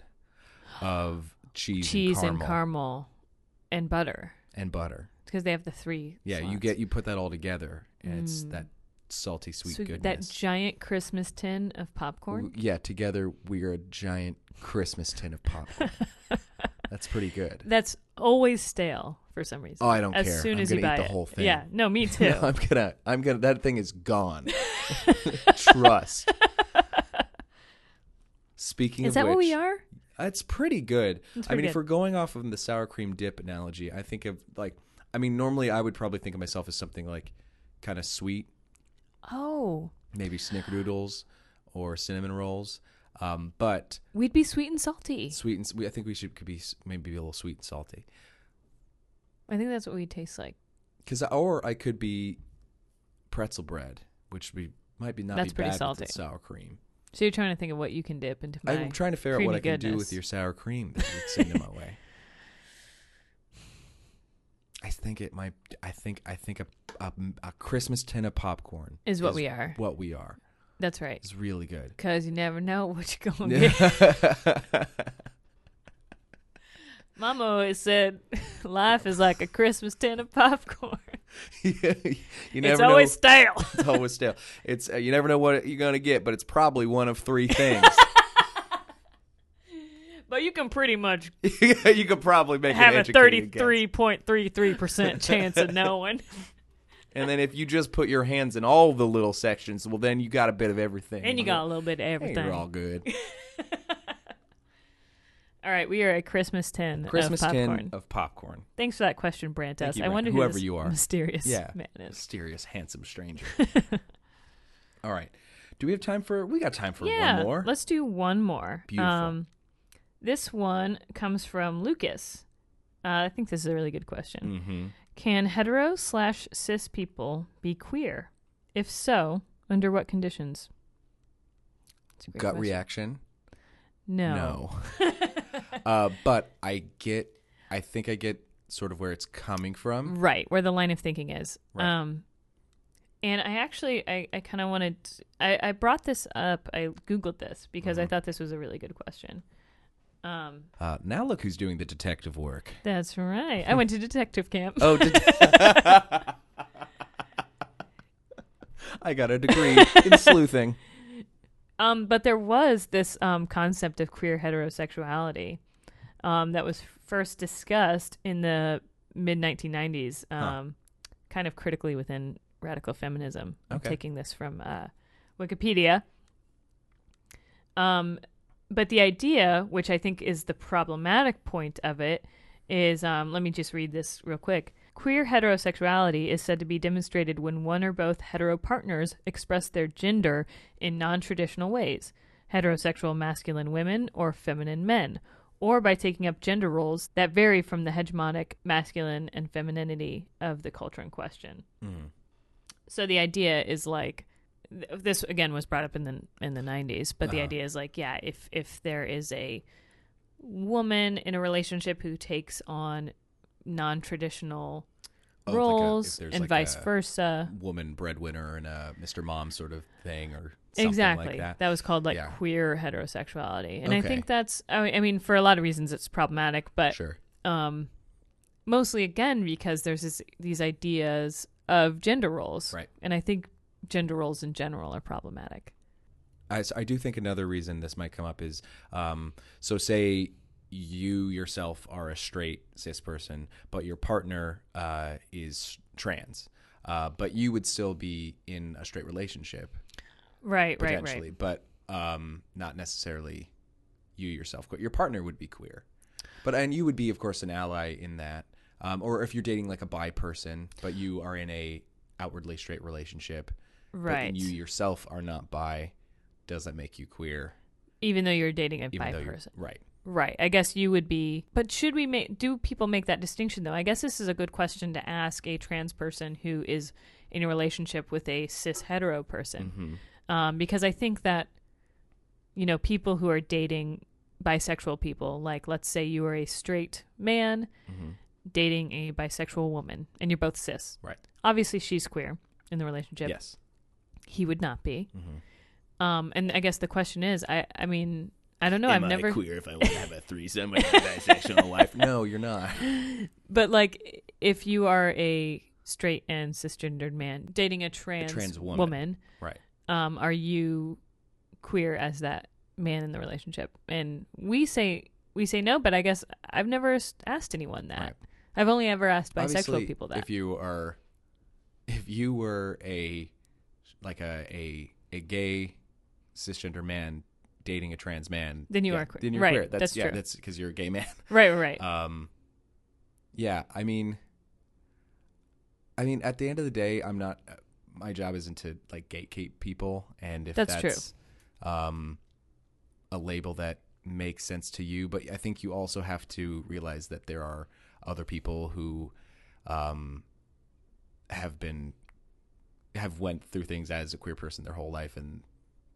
B: of cheese,
A: Cheese
B: and, caramel
A: and caramel and butter
B: and butter.
A: because they have the three.
B: Yeah, you
A: slots.
B: get you put that all together and it's that salty sweet
A: Mm. So that
B: goodness.
A: giant Christmas tin of popcorn.
B: W- Yeah, together we're a giant Christmas tin of popcorn. That's pretty good.
A: That's always stale for some reason.
B: Oh, I don't
A: as
B: care.
A: soon
B: I'm
A: as you
B: gonna
A: buy
B: eat the
A: it.
B: whole thing.
A: Yeah, no, me too.
B: No, I'm gonna I'm gonna that thing is gone. Trust. Speaking
A: Is
B: of
A: that what we
B: which-
A: are?
B: That's pretty good.
A: That's
B: I mean,
A: pretty
B: if
A: good.
B: we're going off of the sour cream dip analogy, I think of like, I mean, normally I would probably think of myself as something like kind of sweet,
A: Oh,
B: maybe snickerdoodles or cinnamon rolls. Um, but
A: we'd be sweet and salty.
B: sweet and s- we- I think we should could be s- maybe be a little sweet and salty.
A: I think that's what we taste like.
B: Cause or I could be pretzel bread, which we might be not
A: That's
B: be
A: pretty
B: bad
A: salty.
B: with the sour cream.
A: So you're trying to think of what you can dip into my.
B: I'm trying to figure out what I
A: creamy
B: can do
A: goodness.
B: with your sour cream that you'd send in my way. I think it might. I think. I think a, a, a Christmas tin of popcorn
A: Is what we are.
B: What we are
A: That's right.
B: is really good.
A: Because you never know what you're going to get. Mama always said, life is like a Christmas tin of popcorn.
B: you never
A: It's
B: know.
A: always stale.
B: it's always stale. It's uh, you never know what you're gonna get, but it's probably one of three things.
A: but you can pretty much
B: you could probably make
A: have
B: an
A: a
B: educated guess.
A: 33.33% chance of knowing.
B: And then if you just put your hands in all the little sections, well, then you got a bit of everything.
A: And you got a little bit of
B: Hey,
A: everything.
B: you're all good.
A: All right, we are a Christmas tin
B: Christmas
A: of popcorn.
B: tin of popcorn.
A: Thanks for that question, Brant.
B: Thank
A: S.
B: you,
A: I
B: Brant.
A: wonder
B: Whoever
A: who this
B: you are.
A: mysterious
B: Yeah.
A: man is.
B: Mysterious, handsome stranger. all right. Do we have time for? We got time for
A: yeah,
B: one more.
A: let's do one more. Um,
B: Beautiful.
A: this one comes from Lucas. Uh, I think this is a really good question.
B: mm-hmm.
A: Can hetero slash cis people be queer? If so, under what conditions? It's a great
B: Gut
A: question.
B: reaction.
A: No.
B: No. uh, but I get. I think I get sort of where it's coming from.
A: Right, where the line of thinking is.
B: Right.
A: Um and I actually I, I kinda wanted I, I brought this up, I Googled this because
B: Mm-hmm.
A: I thought this was a really good question. Um
B: Uh, now look who's doing the detective work.
A: that's right. I went to detective camp.
B: Oh, det- I got a degree in sleuthing.
A: Um, but there was this um, concept of queer heterosexuality um, that was first discussed in the mid 1990s, um, kind of critically within radical feminism. I'm
B: Okay.
A: taking this from uh, Wikipedia. Um, but the idea, which I think is the problematic point of it, is um, let me just read this real quick. Queer heterosexuality is said to be demonstrated when one or both hetero partners express their gender in non traditional ways heterosexual masculine women or feminine men, or by taking up gender roles that vary from the hegemonic masculine and femininity of the culture in question.
B: Mm.
A: So the idea is like th- this again was brought up in the in the 90s, but the idea is like yeah, if if there is a woman in a relationship who takes on non-traditional
B: Oh, like a- if
A: roles
B: there's
A: and
B: like
A: vice
B: a-
A: versa.
B: Woman breadwinner and a Mr. Mom sort of thing, or something
A: Exactly.
B: like
A: that.
B: that.
A: was called like
B: Yeah.
A: queer heterosexuality, and I
B: Okay.
A: think that's I mean- I mean for a lot of reasons it's problematic, but
B: Sure.
A: um, mostly again because there's this, these ideas of gender roles,
B: Right.
A: And I think gender roles in general are problematic.
B: I, so I do think another reason this might come up is um, so say you yourself are a straight cis person, but your partner uh, is trans, uh, but you would still be in a straight relationship
A: Right, right,
B: potentially,
A: right.
B: but um, not necessarily you yourself. But your partner would be queer, but and you would be, of course, an ally in that. Um, or if you're dating like a bi person, but you are in a outwardly straight relationship, but
A: Right.
B: then you yourself are not bi, does that make you queer?
A: Even though you're dating a
B: Even
A: bi
B: though
A: person.
B: you're right.
A: Right. I guess you would be. But should we make do people make that distinction though? I guess this is a good question to ask a trans person who is in a relationship with a cis hetero person,
B: Mm-hmm.
A: um, because I think that you know people who are dating bisexual people, like let's say you are a straight man
B: Mm-hmm.
A: dating a bisexual woman, and you're both cis.
B: Right.
A: Obviously, she's queer in the relationship
B: Yes. Mm-hmm.
A: he would not be. Um, and I guess the question is, I, I mean, I don't know. I've never,
B: queer if I want to have a threesome with a bisexual wife? No, you're not.
A: but like, if you are a straight and cisgendered man dating a trans,
B: trans woman. Right.
A: um, are you queer as that man in the relationship? And we say we say no, but I guess I've never s- asked anyone that.
B: Right.
A: I've only ever asked bisexual
B: Obviously,
A: people that.
B: If you are, if you were a like a a, a gay cisgender man dating a trans man,
A: Then you
B: yeah,
A: are queer.
B: Then you're
A: Right,
B: queer. That's,
A: that's
B: yeah,
A: true.
B: that's because you're a gay man.
A: right, right, right.
B: Um, yeah, I mean, I mean, at the end of the day, I'm not. my job isn't to like gatekeep people, and if
A: That's
B: that's,
A: true.
B: um, a label that makes sense to you, but I think you also have to realize that there are other people who um, have been have went through things as a queer person their whole life, and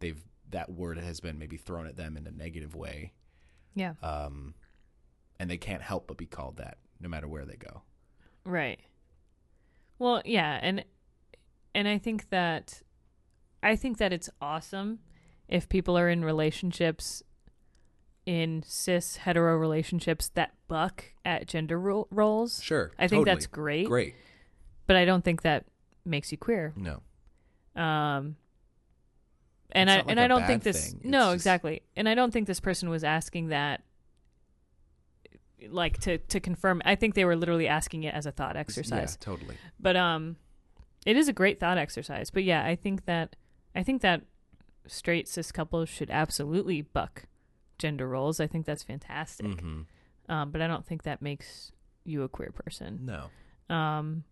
B: they've that word has been maybe thrown at them in a negative way,
A: Yeah.
B: um, and they can't help but be called that no matter where they go.
A: Right. Well, yeah, and and I think that I think that it's awesome if people are in relationships in cis hetero relationships that buck at gender ro- roles.
B: Sure,
A: I think that's great,
B: great.
A: but I don't think that makes you queer.
B: No,
A: Um and
B: It's
A: I
B: not like
A: and
B: a
A: I don't
B: bad
A: think this
B: thing. It's
A: no
B: just-
A: exactly. And I don't think this person was asking that like to to confirm. I think they were literally asking it as a thought exercise.
B: Yeah, totally.
A: but um it is a great thought exercise but yeah i think that i think that straight cis couples should absolutely buck gender roles i think that's fantastic
B: Mm-hmm.
A: um but i don't think that makes you a queer person
B: No,
A: um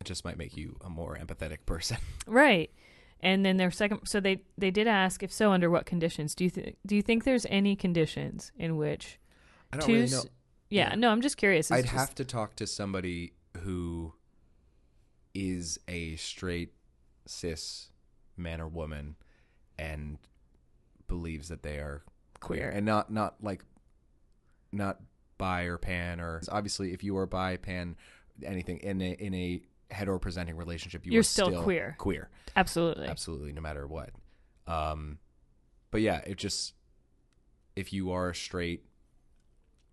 B: it just might make you a more empathetic person.
A: right and then their second so they they did ask if so under what conditions do you th- do you think there's any conditions in which
B: I
A: two s- yeah,
B: Yeah.
A: no i'm just curious It's
B: I'd
A: just-
B: have to talk to somebody who is a straight cis man or woman and believes that they are queer
A: Queer.
B: and not not like not bi or pan or obviously if you are bi pan anything in a in a hetero presenting relationship you
A: You're
B: are
A: still queer.
B: queer
A: absolutely
B: absolutely no matter what um but yeah it just if you are straight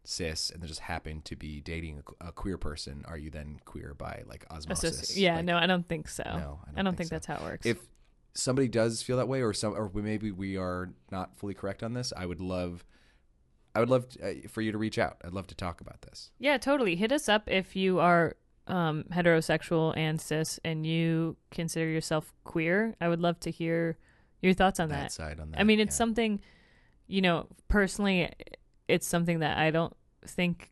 B: cis and just happen to be dating a, a queer person are you then queer by like osmosis
A: Associ- yeah
B: Like,
A: no i don't think so
B: no,
A: i don't, think,
B: so.
A: that's how it works
B: if somebody does feel that way or some or we- maybe we are not fully correct on this i would love i would love to, uh, for you to reach out i'd love to talk about this
A: Yeah, totally. Hit us up if you are um, heterosexual and cis and you consider yourself queer. I would love to hear your thoughts on
B: that,
A: that.
B: side on that
A: I mean, it's
B: yeah.
A: something, you know, personally, it's something that I don't think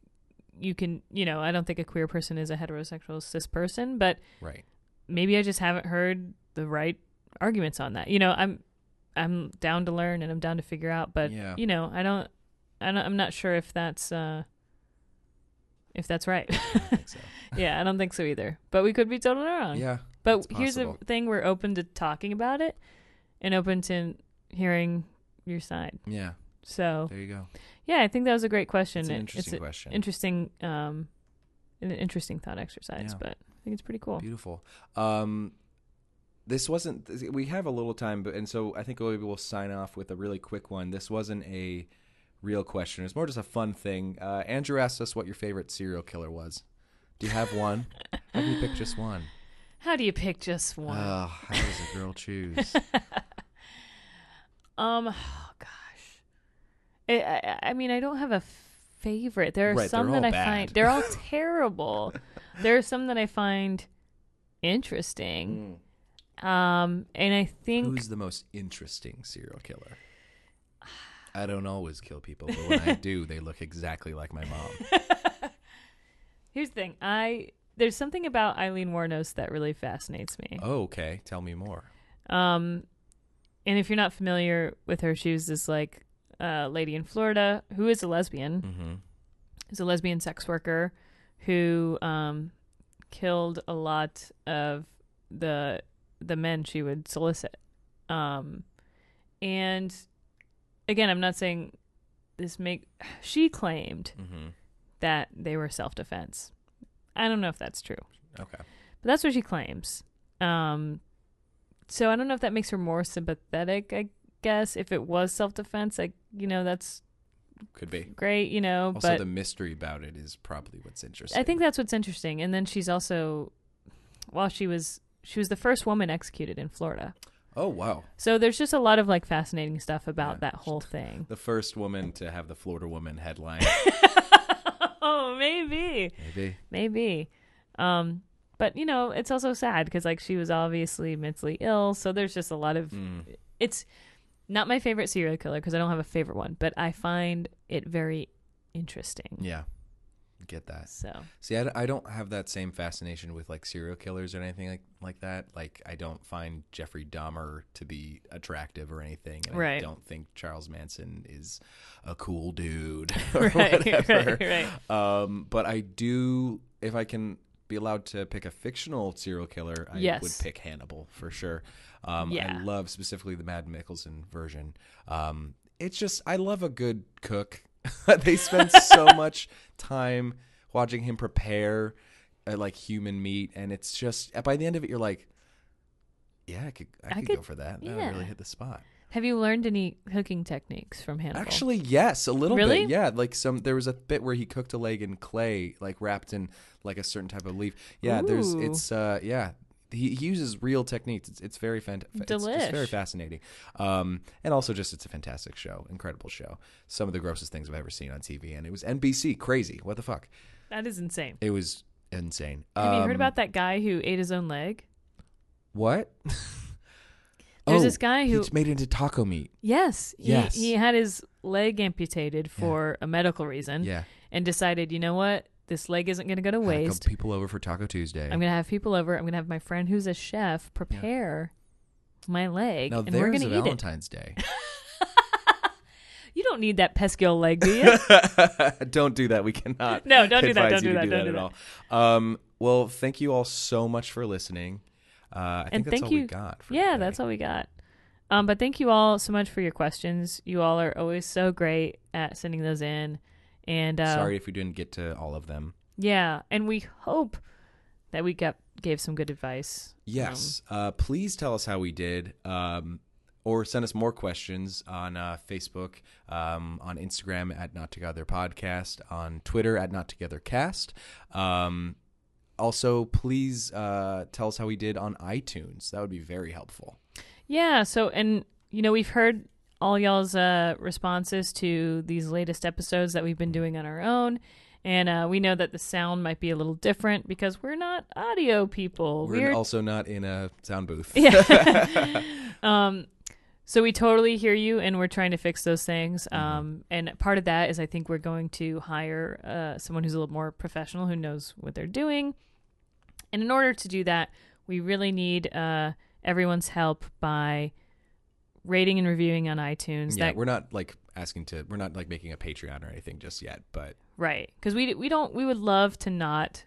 A: you can, you know, I don't think a queer person is a heterosexual cis person, but
B: right
A: maybe I just haven't heard the right arguments on that. You know, I'm I'm down to learn and I'm down to figure out, but
B: Yeah.
A: you know, I don't I don't I'm not sure if that's uh if that's right.
B: I think so.
A: yeah, I don't think so either. But we could be totally wrong.
B: yeah
A: but
B: it's
A: here's the
B: possible.
A: thing we're open to talking about it and open to hearing your side.
B: yeah
A: So,
B: there you go
A: yeah, I think that was a great question.
B: it's an
A: It-
B: interesting
A: it's a
B: question
A: interesting um an interesting thought exercise,
B: Yeah.
A: but I think it's pretty cool.
B: Beautiful. Um, this wasn't. We have a little time, but and so I think maybe we'll sign off with a really quick one. This wasn't a real question. It's more just a fun thing. Uh, Andrew asked us what your favorite serial killer was. Do you have one? How can you pick just one?
A: How do you pick just one?
B: Ugh, how does a girl choose?
A: Um, oh gosh, I, I, I mean, I don't have a favorite. There are
B: Right,
A: some
B: they're
A: that
B: all
A: I
B: bad.
A: find they're all terrible. there are some that I find interesting.
B: Mm.
A: Um, and I think
B: Who's the most interesting serial killer? I don't always kill people, but when I do, they look exactly like my mom.
A: here's the thing: I there's something about Eileen Warnos that really fascinates me.
B: Oh, okay, tell me more.
A: Um, and if you're not familiar with her, she was this like uh, lady in Florida who is a lesbian.
B: Mm-hmm.
A: is a lesbian sex worker who um, killed a lot of the the men she would solicit. Um, and again, I'm not saying this make she claimed
B: Mm-hmm.
A: that they were self defense. I don't know if that's true,
B: Okay.
A: but that's what she claims. Um, so I don't know if that makes her more sympathetic. I guess if it was self defense, like you know, that's
B: Could be.
A: great. You know,
B: Also,
A: but
B: the mystery about it is probably what's interesting.
A: I think that's what's interesting. And then she's also, while she was, she was the first woman executed in Florida.
B: Oh wow,
A: So there's just a lot of like fascinating stuff about
B: Yeah.
A: that whole thing.
B: the first woman to have the Florida woman headline.
A: oh, maybe,
B: Maybe.
A: maybe. Um, but you know, it's also sad because like she was obviously mentally ill. So there's just a lot of
B: Mm.
A: it's not my favorite serial killer because I don't have a favorite one, but I find it very interesting.
B: Yeah. get that.
A: So
B: See, I, d- I don't have that same fascination with like serial killers or anything like, like that. Like, I don't find Jeffrey Dahmer to be attractive or anything. And I
A: Right.
B: don't think Charles Manson is a cool dude or
A: right,
B: whatever.
A: right, right.
B: Um, but I do, if I can be allowed to pick a fictional serial killer, I
A: Yes.
B: would pick Hannibal for sure. Um,
A: Yeah.
B: I love specifically the Mad Mickelson version. Um, it's just, I love a good cook. they spend so much time watching him prepare uh, like human meat, and it's just by the end of it, you're like, yeah, I could, I
A: I
B: could, go
A: could-
B: for that. That would really
A: yeah.
B: hit the spot.
A: Have you learned any cooking techniques from Hannibal?
B: Actually, yes, a little
A: Really?
B: bit. Yeah, like some there was a bit where he cooked a leg in clay, like wrapped in like a certain type of leaf. Yeah, there's
A: Ooh.
B: it's uh yeah. He, he uses real techniques. It's, it's very fant- it's just very
A: Delish.
B: fascinating, um, and also just it's a fantastic show, incredible show. Some of the grossest things I've ever seen on TV, and it was NBC. Crazy, what the fuck?
A: that is insane.
B: It was insane.
A: Have you
B: Um,
A: heard about that guy who ate his own leg?
B: what?
A: There's this guy who-
B: he's made it into taco meat.
A: Yes. He,
B: Yes.
A: He had his leg amputated for a medical reason
B: Yeah,
A: and decided, you know what? This leg isn't going to go to
B: Had a couple
A: waste.
B: people over for Taco Tuesday.
A: I'm going to have people over. I'm going to have my friend who's a chef prepare my leg
B: now
A: and we're
B: there's
A: going
B: a
A: to eat it.
B: Valentine's Day.
A: You don't need that pesky old leg, do you?
B: don't do that. We cannot.
A: No, don't do that,
B: advise
A: don't
B: you
A: do that,
B: to
A: don't do
B: at all. Um, well, thank you all so much for listening. Uh, I think
A: and
B: that's
A: thank
B: all
A: you.
B: we got. For
A: yeah,
B: today.
A: that's all we got. Um, but thank you all so much for your questions. You all are always so great at sending those in. And uh,
B: Sorry if we didn't get to all of them.
A: Yeah, and we hope that we got gave some good advice.
B: Yes. uh, please tell us how we did. Um, or send us more questions on uh, Facebook, um, on Instagram at Not Together Podcast, on Twitter at Not Together Cast. Um, also, please uh, tell us how we did on iTunes. That would be very helpful.
A: Um, Yeah. So, and you know, we've heard all y'all's uh, responses to these latest episodes that we've been doing on our own, and uh, we know that the sound might be a little different because we're not audio people.
B: We're also not in a sound booth.
A: yeah. um, so we totally hear you, and we're trying to fix those things. Um, and part of that is I think we're going to hire uh, someone who's a little more professional, who knows what they're doing. And in order to do that, we really need uh, everyone's help by rating and reviewing on iTunes.
B: yeah,
A: that
B: we're not like asking to. We're not like making a Patreon or anything just yet, but
A: right? Because we we don't we would love to not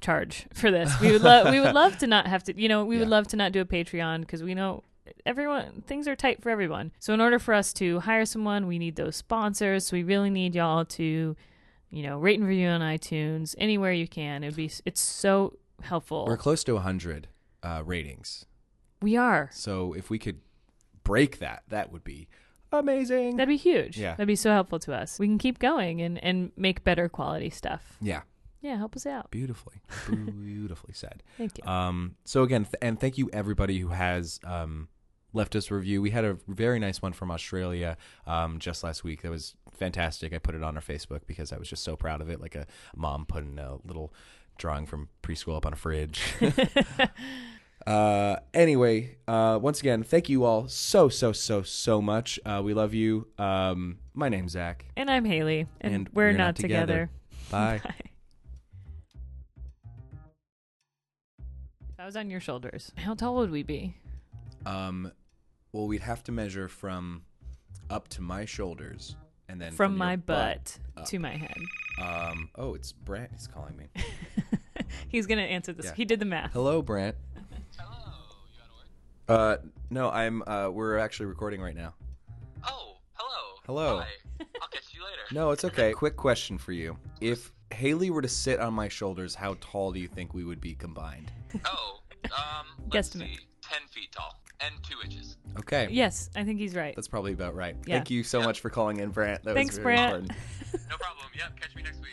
A: charge for this. We would love we would love to not have to. You know, we would
B: Yeah.
A: love to not do a Patreon because we know everyone things are tight for everyone. So in order for us to hire someone, we need those sponsors. So we really need y'all to, you know, rate and review on iTunes anywhere you can. It'd be it's so helpful.
B: we're close to hundred uh, ratings.
A: We are.
B: So if we could break that, that would be amazing.
A: That'd be huge.
B: Yeah.
A: That'd be so helpful to us. We can keep going and, and make better quality stuff.
B: yeah,
A: Yeah, help us out.
B: beautifully, beautifully said.
A: Thank you.
B: Um, so again, th- and thank you everybody who has um, left us a review. We had a very nice one from Australia um, just last week. That was fantastic. I put it on our Facebook because I was just so proud of it. Like a mom putting a little drawing from preschool up on a fridge. uh, anyway, uh, once again, thank you all so so so so much. Uh, we love you. Um, my name's Zach,
A: and I'm Haley, and, we're, not, together.
B: Bye.
A: If I was on your shoulders, how tall would we be?
B: Um, well, we'd have to measure from up to my shoulders, and then
A: From,
B: your
A: my butt,
B: up.
A: to my head.
B: Um. Oh, it's Brant. He's calling me.
A: He's gonna answer this.
B: Yeah.
A: He did the math.
B: Hello, Brant.
C: Hello, you out of work?
B: Uh, no, I'm. Uh, we're actually recording right now.
C: Oh, hello.
B: Hello.
C: Hi. I'll catch you later.
B: No, it's okay. Quick question for you: If Haley were to sit on my shoulders, how tall do you think we would be combined?
C: Oh, um, let's
A: Guesstimate.
C: see, ten feet tall and two inches.
B: Okay.
A: Yes, I think he's right.
B: That's probably about right.
A: Yeah.
B: Thank you so much for calling in, Brant. That
A: Thanks,
B: was very
A: Brant.
B: important.
C: No problem. Yep, catch me next week.